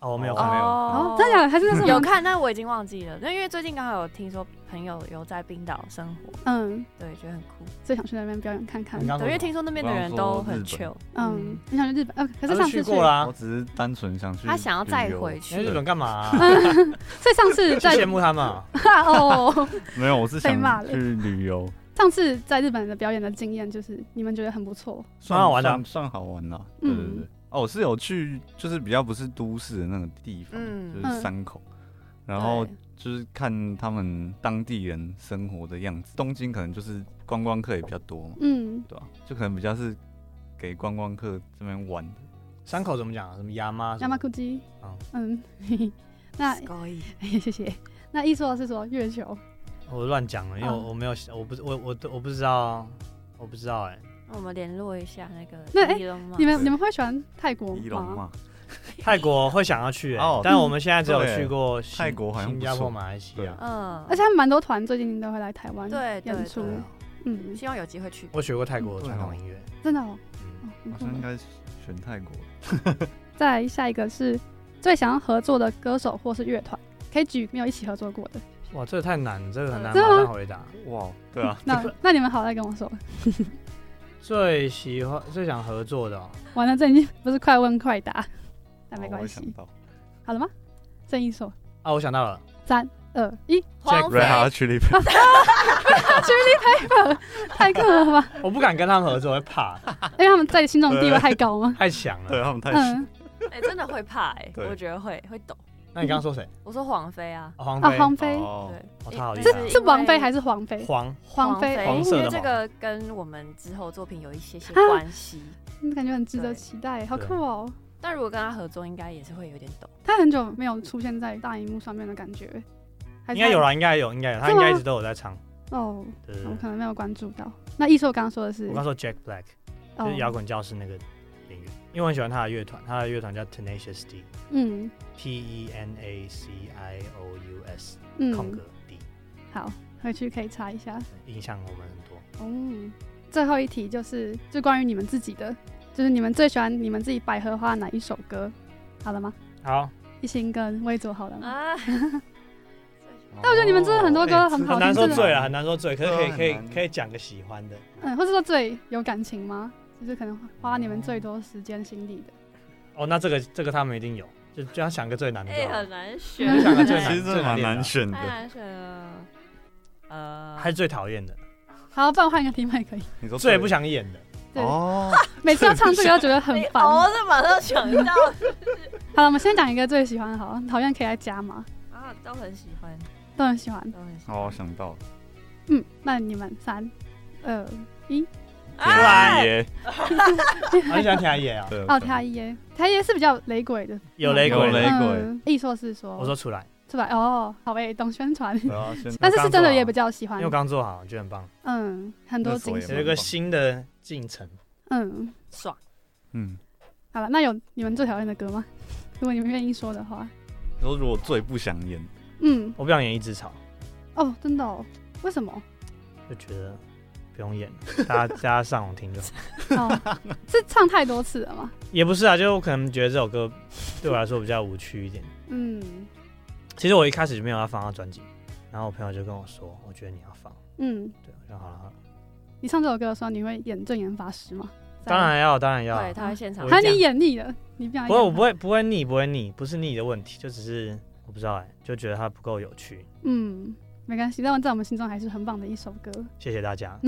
[SPEAKER 6] 哦，我没有
[SPEAKER 7] 哦
[SPEAKER 6] 看。
[SPEAKER 2] 哦，真的假的？还是那 是
[SPEAKER 8] 嗯有？看，但我已经忘记了。那因为最近刚好有听说朋友有在冰岛生活，
[SPEAKER 2] 嗯，
[SPEAKER 8] 对，觉得很酷。
[SPEAKER 2] 最想去那边表演看看
[SPEAKER 6] 你。刚
[SPEAKER 8] 对，
[SPEAKER 6] 说
[SPEAKER 8] 因为
[SPEAKER 6] 什么
[SPEAKER 8] 听说那边的
[SPEAKER 7] 我刚
[SPEAKER 8] 人
[SPEAKER 7] 说
[SPEAKER 8] 都
[SPEAKER 7] 日
[SPEAKER 8] 很
[SPEAKER 7] 本
[SPEAKER 8] chill。
[SPEAKER 2] 嗯，你想去日本？呃，可是
[SPEAKER 6] 他
[SPEAKER 2] 上
[SPEAKER 6] 都
[SPEAKER 2] 次
[SPEAKER 6] 去
[SPEAKER 2] 去，
[SPEAKER 6] 过啦
[SPEAKER 7] 我。只是单纯想哦去，
[SPEAKER 8] 他想要再
[SPEAKER 7] 哎
[SPEAKER 8] 回。
[SPEAKER 6] 你在日
[SPEAKER 8] 去，
[SPEAKER 6] 本干嘛啊？
[SPEAKER 2] 所以上 次
[SPEAKER 6] 去
[SPEAKER 2] 在
[SPEAKER 6] 羡慕他们啊。
[SPEAKER 2] 哦，
[SPEAKER 7] 没有，我是
[SPEAKER 2] 被骂
[SPEAKER 7] 想
[SPEAKER 2] 了
[SPEAKER 7] 去 旅游，
[SPEAKER 2] 上次在日本的表演的经验，就是你们觉得很不错。
[SPEAKER 6] 蛮好玩的啊
[SPEAKER 7] 算算好玩啦。对对
[SPEAKER 2] 嗯
[SPEAKER 7] 对，哦，我是有去，就是比较不是都市的那个地方，
[SPEAKER 8] 嗯
[SPEAKER 7] 就是山口，然后就是看他们当地人生活的样子。东京可能就是观光客也比较多嘛，
[SPEAKER 2] 嗯，
[SPEAKER 7] 对吧、就可能比较是给观光客这边玩的。
[SPEAKER 6] 山口怎么讲啊？什么鸭妈？
[SPEAKER 2] 亚马库基
[SPEAKER 6] 好。
[SPEAKER 2] 嗯， 嘿嘿
[SPEAKER 8] 哎
[SPEAKER 2] 那谢谢。那一说的是说月球，
[SPEAKER 6] 我乱讲了，因为我
[SPEAKER 2] 哦
[SPEAKER 6] 我没有，我不我我我不知道，我不知道哎。
[SPEAKER 8] 那我们联络一下那个
[SPEAKER 2] 那哎
[SPEAKER 8] 伊隆马
[SPEAKER 2] 你们
[SPEAKER 7] 对
[SPEAKER 2] 你们会喜欢泰国
[SPEAKER 7] 伊隆
[SPEAKER 2] 吗？
[SPEAKER 7] 嘛，
[SPEAKER 6] 泰国会想要去欸
[SPEAKER 7] 哦，
[SPEAKER 6] 但我们现在只有
[SPEAKER 7] 对
[SPEAKER 6] 去过新
[SPEAKER 7] 泰国好像
[SPEAKER 6] 新
[SPEAKER 7] 不
[SPEAKER 6] 加坡、
[SPEAKER 7] 错
[SPEAKER 6] 马来西
[SPEAKER 7] 对
[SPEAKER 6] 亚。
[SPEAKER 8] 嗯，
[SPEAKER 2] 而且他们蛮多团最近都会来台湾
[SPEAKER 8] 对对
[SPEAKER 2] 演出
[SPEAKER 8] 对，
[SPEAKER 2] 嗯，
[SPEAKER 8] 希望有机会去。
[SPEAKER 6] 我学过泰国
[SPEAKER 7] 对
[SPEAKER 6] 传统
[SPEAKER 7] 哦
[SPEAKER 6] 音乐。
[SPEAKER 2] 真的哦，哦
[SPEAKER 6] 嗯
[SPEAKER 2] 很
[SPEAKER 7] 好
[SPEAKER 2] 酷
[SPEAKER 7] 像应
[SPEAKER 2] 耶
[SPEAKER 7] 该选泰国。
[SPEAKER 2] 再来下一个是最想要合作的歌手或是乐团，可以举没有一起合作过的。
[SPEAKER 6] 哇，这个太难，这个很难
[SPEAKER 2] 真
[SPEAKER 6] 马
[SPEAKER 2] 的吗
[SPEAKER 6] 上回答。
[SPEAKER 2] 嗯
[SPEAKER 7] 哇，对啊，
[SPEAKER 2] 那那你们好再跟我说，
[SPEAKER 6] 最喜欢、最想合作的哦，
[SPEAKER 2] 完了这已经不是快问快答，但 没
[SPEAKER 7] 哦我
[SPEAKER 2] 关
[SPEAKER 7] 也想
[SPEAKER 2] 系，
[SPEAKER 7] 到
[SPEAKER 2] 好了吗？正义说
[SPEAKER 6] 啊，我想到了，
[SPEAKER 2] 三二一，
[SPEAKER 8] 荒
[SPEAKER 7] Red
[SPEAKER 8] 废
[SPEAKER 2] 哎
[SPEAKER 7] Hot Chili Peppers，
[SPEAKER 2] 太酷了 吧？
[SPEAKER 6] 我不敢跟他们合作，会 怕，
[SPEAKER 2] 因为他们在心中的地位太高吗？
[SPEAKER 6] 太强
[SPEAKER 7] 对
[SPEAKER 6] 了。
[SPEAKER 7] 他们太喜
[SPEAKER 2] 嗯，
[SPEAKER 8] 哎、真的会怕哎、
[SPEAKER 7] 对
[SPEAKER 8] 我觉得会会抖。
[SPEAKER 6] 那你刚刚说谁？
[SPEAKER 8] 我说黄飞啊，
[SPEAKER 6] 哦黄
[SPEAKER 2] 啊，
[SPEAKER 6] 飞，
[SPEAKER 2] 黄飞
[SPEAKER 7] 哦，
[SPEAKER 6] 哦
[SPEAKER 8] 对，
[SPEAKER 6] 他好厉害
[SPEAKER 8] 因为
[SPEAKER 2] 是是王菲还
[SPEAKER 8] 是
[SPEAKER 2] 是黄飞？
[SPEAKER 6] 黄
[SPEAKER 2] 啊黄飞，
[SPEAKER 6] 黄
[SPEAKER 8] 因
[SPEAKER 6] 色
[SPEAKER 8] 为
[SPEAKER 6] 的
[SPEAKER 8] 这
[SPEAKER 6] 黄
[SPEAKER 8] 个跟我们之后作品有一些些
[SPEAKER 2] 啊
[SPEAKER 8] 关系，
[SPEAKER 2] 嗯感觉很值得
[SPEAKER 8] 对
[SPEAKER 2] 期待，好
[SPEAKER 6] 对
[SPEAKER 2] 酷哦！
[SPEAKER 8] 但如果跟他合作，应该也是会有点抖。
[SPEAKER 2] 他很久没有出现在大荧幕上面的感觉，还
[SPEAKER 6] 应
[SPEAKER 2] 是
[SPEAKER 6] 该有
[SPEAKER 2] 他
[SPEAKER 6] 啦，应该有，应该有，他
[SPEAKER 2] 是
[SPEAKER 6] 应
[SPEAKER 2] 吗
[SPEAKER 6] 该一直都有在唱。
[SPEAKER 2] 哦，
[SPEAKER 6] 对对
[SPEAKER 2] 我可
[SPEAKER 6] 对，
[SPEAKER 2] 能没有关注到。那艺硕刚刚说的是
[SPEAKER 6] 我刚说 Jack Black 就
[SPEAKER 2] 哦
[SPEAKER 6] 是，摇滚教室那个演员，因为我很喜欢他的乐团，他的乐团叫 Tenacious D，T
[SPEAKER 2] 嗯
[SPEAKER 6] E N A C I O U S
[SPEAKER 2] 嗯
[SPEAKER 6] 空格，D，
[SPEAKER 2] 好，回去可以查一下。
[SPEAKER 6] 影响我们很多。
[SPEAKER 2] 哦，最后一题就是就关于你们自己的，就是你们最喜欢你们自己百合花哪一首歌？好了吗？
[SPEAKER 6] 好，
[SPEAKER 2] 一心跟微卓好了吗？
[SPEAKER 8] 啊，
[SPEAKER 7] 哦
[SPEAKER 2] 但我觉得你们真的很多歌很好听，
[SPEAKER 6] 很哎难说
[SPEAKER 2] 哦真的
[SPEAKER 6] 醉了，很难说醉，可是可以
[SPEAKER 7] 对啊
[SPEAKER 6] 可
[SPEAKER 7] 很
[SPEAKER 6] 以
[SPEAKER 7] 难
[SPEAKER 6] 可以讲个喜欢的。
[SPEAKER 2] 嗯，或是说最有感情吗？就是可能花你们最多时间心力的。
[SPEAKER 6] 哦，那这个这个他们一定有，就就要想个最难的
[SPEAKER 8] 哎、
[SPEAKER 6] 就好了。
[SPEAKER 8] 很难选，
[SPEAKER 2] 就想
[SPEAKER 6] 个
[SPEAKER 7] 哦
[SPEAKER 6] 最
[SPEAKER 7] 其实真的蛮
[SPEAKER 6] 啊
[SPEAKER 7] 难选
[SPEAKER 6] 哎
[SPEAKER 8] 太
[SPEAKER 7] 的。
[SPEAKER 8] 难选了。呃，
[SPEAKER 6] 嗯还是最讨厌的，
[SPEAKER 2] 好，不然换一个题目也可以。
[SPEAKER 7] 你说
[SPEAKER 6] 最不想演 的。
[SPEAKER 2] 对
[SPEAKER 7] 哦，
[SPEAKER 2] 每次要唱这个都觉得很
[SPEAKER 8] 你
[SPEAKER 2] 烦。
[SPEAKER 8] 哦，这马上想到
[SPEAKER 2] 好了，我们先讲一个最喜欢的，好了，讨厌可以来加嘛。
[SPEAKER 8] 啊，都很喜欢。
[SPEAKER 2] 都很喜欢。
[SPEAKER 8] 都很喜欢
[SPEAKER 7] 哦，我想到了，
[SPEAKER 2] 嗯，那你们三二一，
[SPEAKER 8] 哎
[SPEAKER 7] 铁打爷，
[SPEAKER 6] 很喜欢田野 啊，
[SPEAKER 7] 对
[SPEAKER 2] 哦，他耶，他耶是比较雷鬼的，
[SPEAKER 6] 有雷
[SPEAKER 7] 有
[SPEAKER 6] 鬼
[SPEAKER 7] 雷
[SPEAKER 6] 的，
[SPEAKER 7] 鬼
[SPEAKER 2] 嗯，艺硕是说，
[SPEAKER 6] 我说出来，啊
[SPEAKER 2] 出来哦，好诶，懂宣传，
[SPEAKER 7] 对啊，先
[SPEAKER 2] 但是是真的也比
[SPEAKER 6] 不，
[SPEAKER 2] 较喜欢
[SPEAKER 6] 因为，我刚做好，我觉得很棒，
[SPEAKER 2] 嗯，很多精
[SPEAKER 7] 那时候
[SPEAKER 6] 有
[SPEAKER 7] 也
[SPEAKER 2] 神，
[SPEAKER 6] 一个新的进程。
[SPEAKER 2] 嗯，
[SPEAKER 8] 爽，
[SPEAKER 7] 嗯，
[SPEAKER 2] 好了，那有你们最讨厌的歌吗？如果你们愿意说的话，
[SPEAKER 7] 然后如果最不想演，
[SPEAKER 2] 嗯，
[SPEAKER 6] 我不想演一只草，
[SPEAKER 2] 哦，真的哦，为什么？
[SPEAKER 6] 就觉得不用演了，大家 大家上网听就好。
[SPEAKER 2] 哦，是唱太多次了吗？
[SPEAKER 6] 也不是啊，就我可能觉得这首歌 对我来说比较无趣一点。
[SPEAKER 2] 嗯
[SPEAKER 6] 其实我一开始就没有要放到专辑，然后我朋友就跟我说，我觉得你要放，
[SPEAKER 2] 嗯，
[SPEAKER 6] 对，我说好了好了，
[SPEAKER 2] 你唱这首歌的时候，你会演正言法师吗？
[SPEAKER 6] 当然要当然要，
[SPEAKER 8] 对，他会现场
[SPEAKER 6] 哎我
[SPEAKER 2] 还
[SPEAKER 8] 讲。
[SPEAKER 2] 是你演腻了，你不想演？
[SPEAKER 6] 不会我不，会不会腻不会腻，不是腻的问题，就只是我不知道哎、就觉得它不够有趣。
[SPEAKER 2] 嗯，没关系，但在我们心中还是很棒的一首歌。
[SPEAKER 6] 谢谢大 家，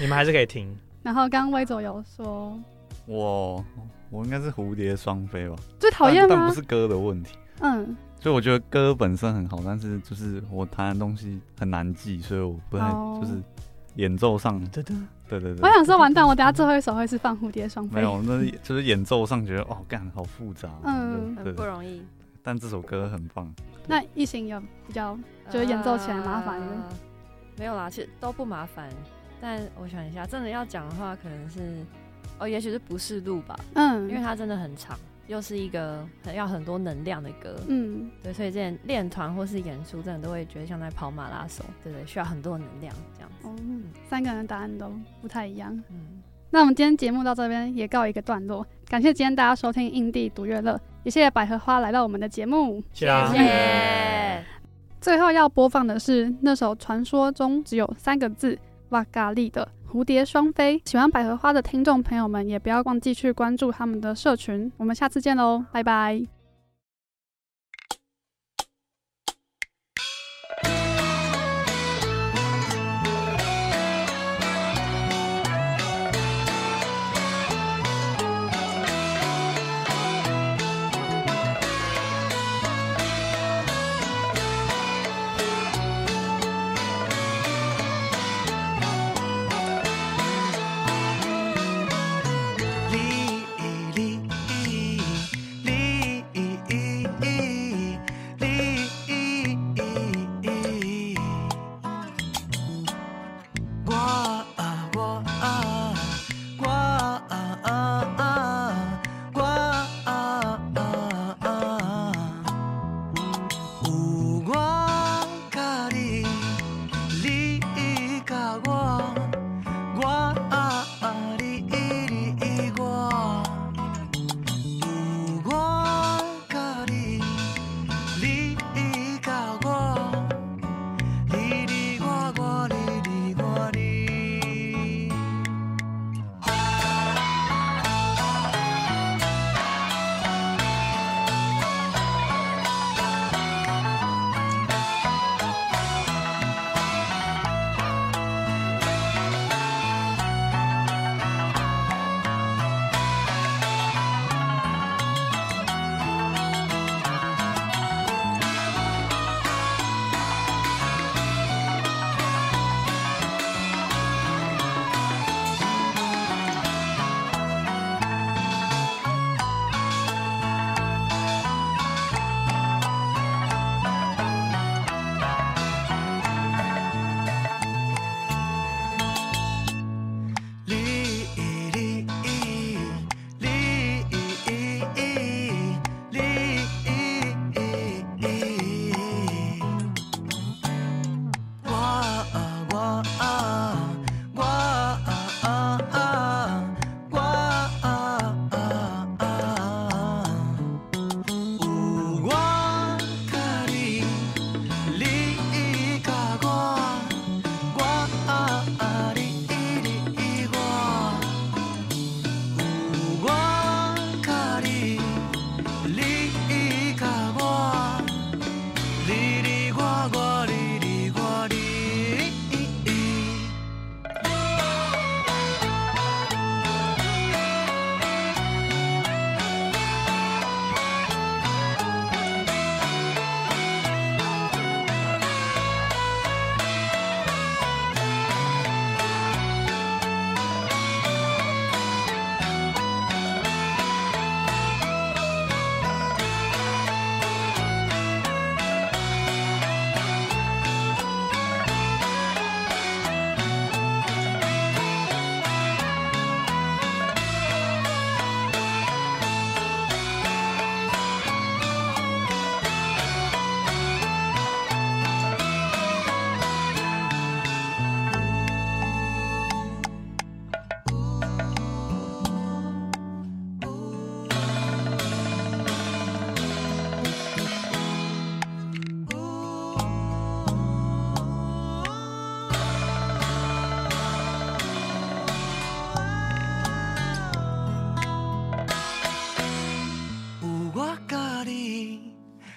[SPEAKER 6] 你们还是可以听。
[SPEAKER 2] 然后刚刚威总有说
[SPEAKER 7] 我我应该是蝴蝶双飞吧，
[SPEAKER 2] 最讨厌
[SPEAKER 7] 但但
[SPEAKER 2] 吗
[SPEAKER 7] 不？是歌的问题。
[SPEAKER 2] 嗯，
[SPEAKER 7] 所以我觉得歌本身很好，但是就是我弹的东西很难记，所以我不太
[SPEAKER 2] 哦
[SPEAKER 7] 就是演奏上，
[SPEAKER 6] 噔噔，
[SPEAKER 7] 对对
[SPEAKER 2] 我
[SPEAKER 7] 对，
[SPEAKER 2] 想说完蛋，我等下最后一首会是放蝴蝶双
[SPEAKER 7] 没
[SPEAKER 2] 飞。
[SPEAKER 7] 有，那就是演奏上觉得哦，干好复杂哦，
[SPEAKER 2] 嗯
[SPEAKER 7] 对
[SPEAKER 8] 很
[SPEAKER 7] 对
[SPEAKER 8] 不
[SPEAKER 7] 对，
[SPEAKER 8] 容易，
[SPEAKER 7] 但这首歌很棒，
[SPEAKER 2] 那一行有比较就是演奏起来麻烦的
[SPEAKER 8] 呃没有啦，其实都不麻烦。但我想一下，真的要讲的话，可能是哦，也许是不是路吧，因为
[SPEAKER 2] 嗯
[SPEAKER 8] 它真的很长，又是一个很要很多能量的歌，
[SPEAKER 2] 嗯
[SPEAKER 8] 对，所以之前练团或是演出，真的都会觉得像在跑马拉松，对对，需要很多能量这样子。
[SPEAKER 2] 哦，三个人的答案都不太一样。
[SPEAKER 8] 嗯，
[SPEAKER 2] 那我们今天节目到这边也告一个段落，感谢今天大家收听印地独乐乐，也谢谢百合花来到我们的节目。
[SPEAKER 6] 谢啦。
[SPEAKER 8] 谢
[SPEAKER 2] 哎
[SPEAKER 8] 谢。
[SPEAKER 2] 最后要播放的是那首传说中只有三个字“瓦咖利”的《蝴蝶双飞》。喜欢百合花的听众朋友们，也不要忘记去关注他们的社群。我们下次见喽，拜拜。
[SPEAKER 3] 你你你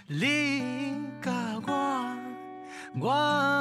[SPEAKER 3] 你甲我，我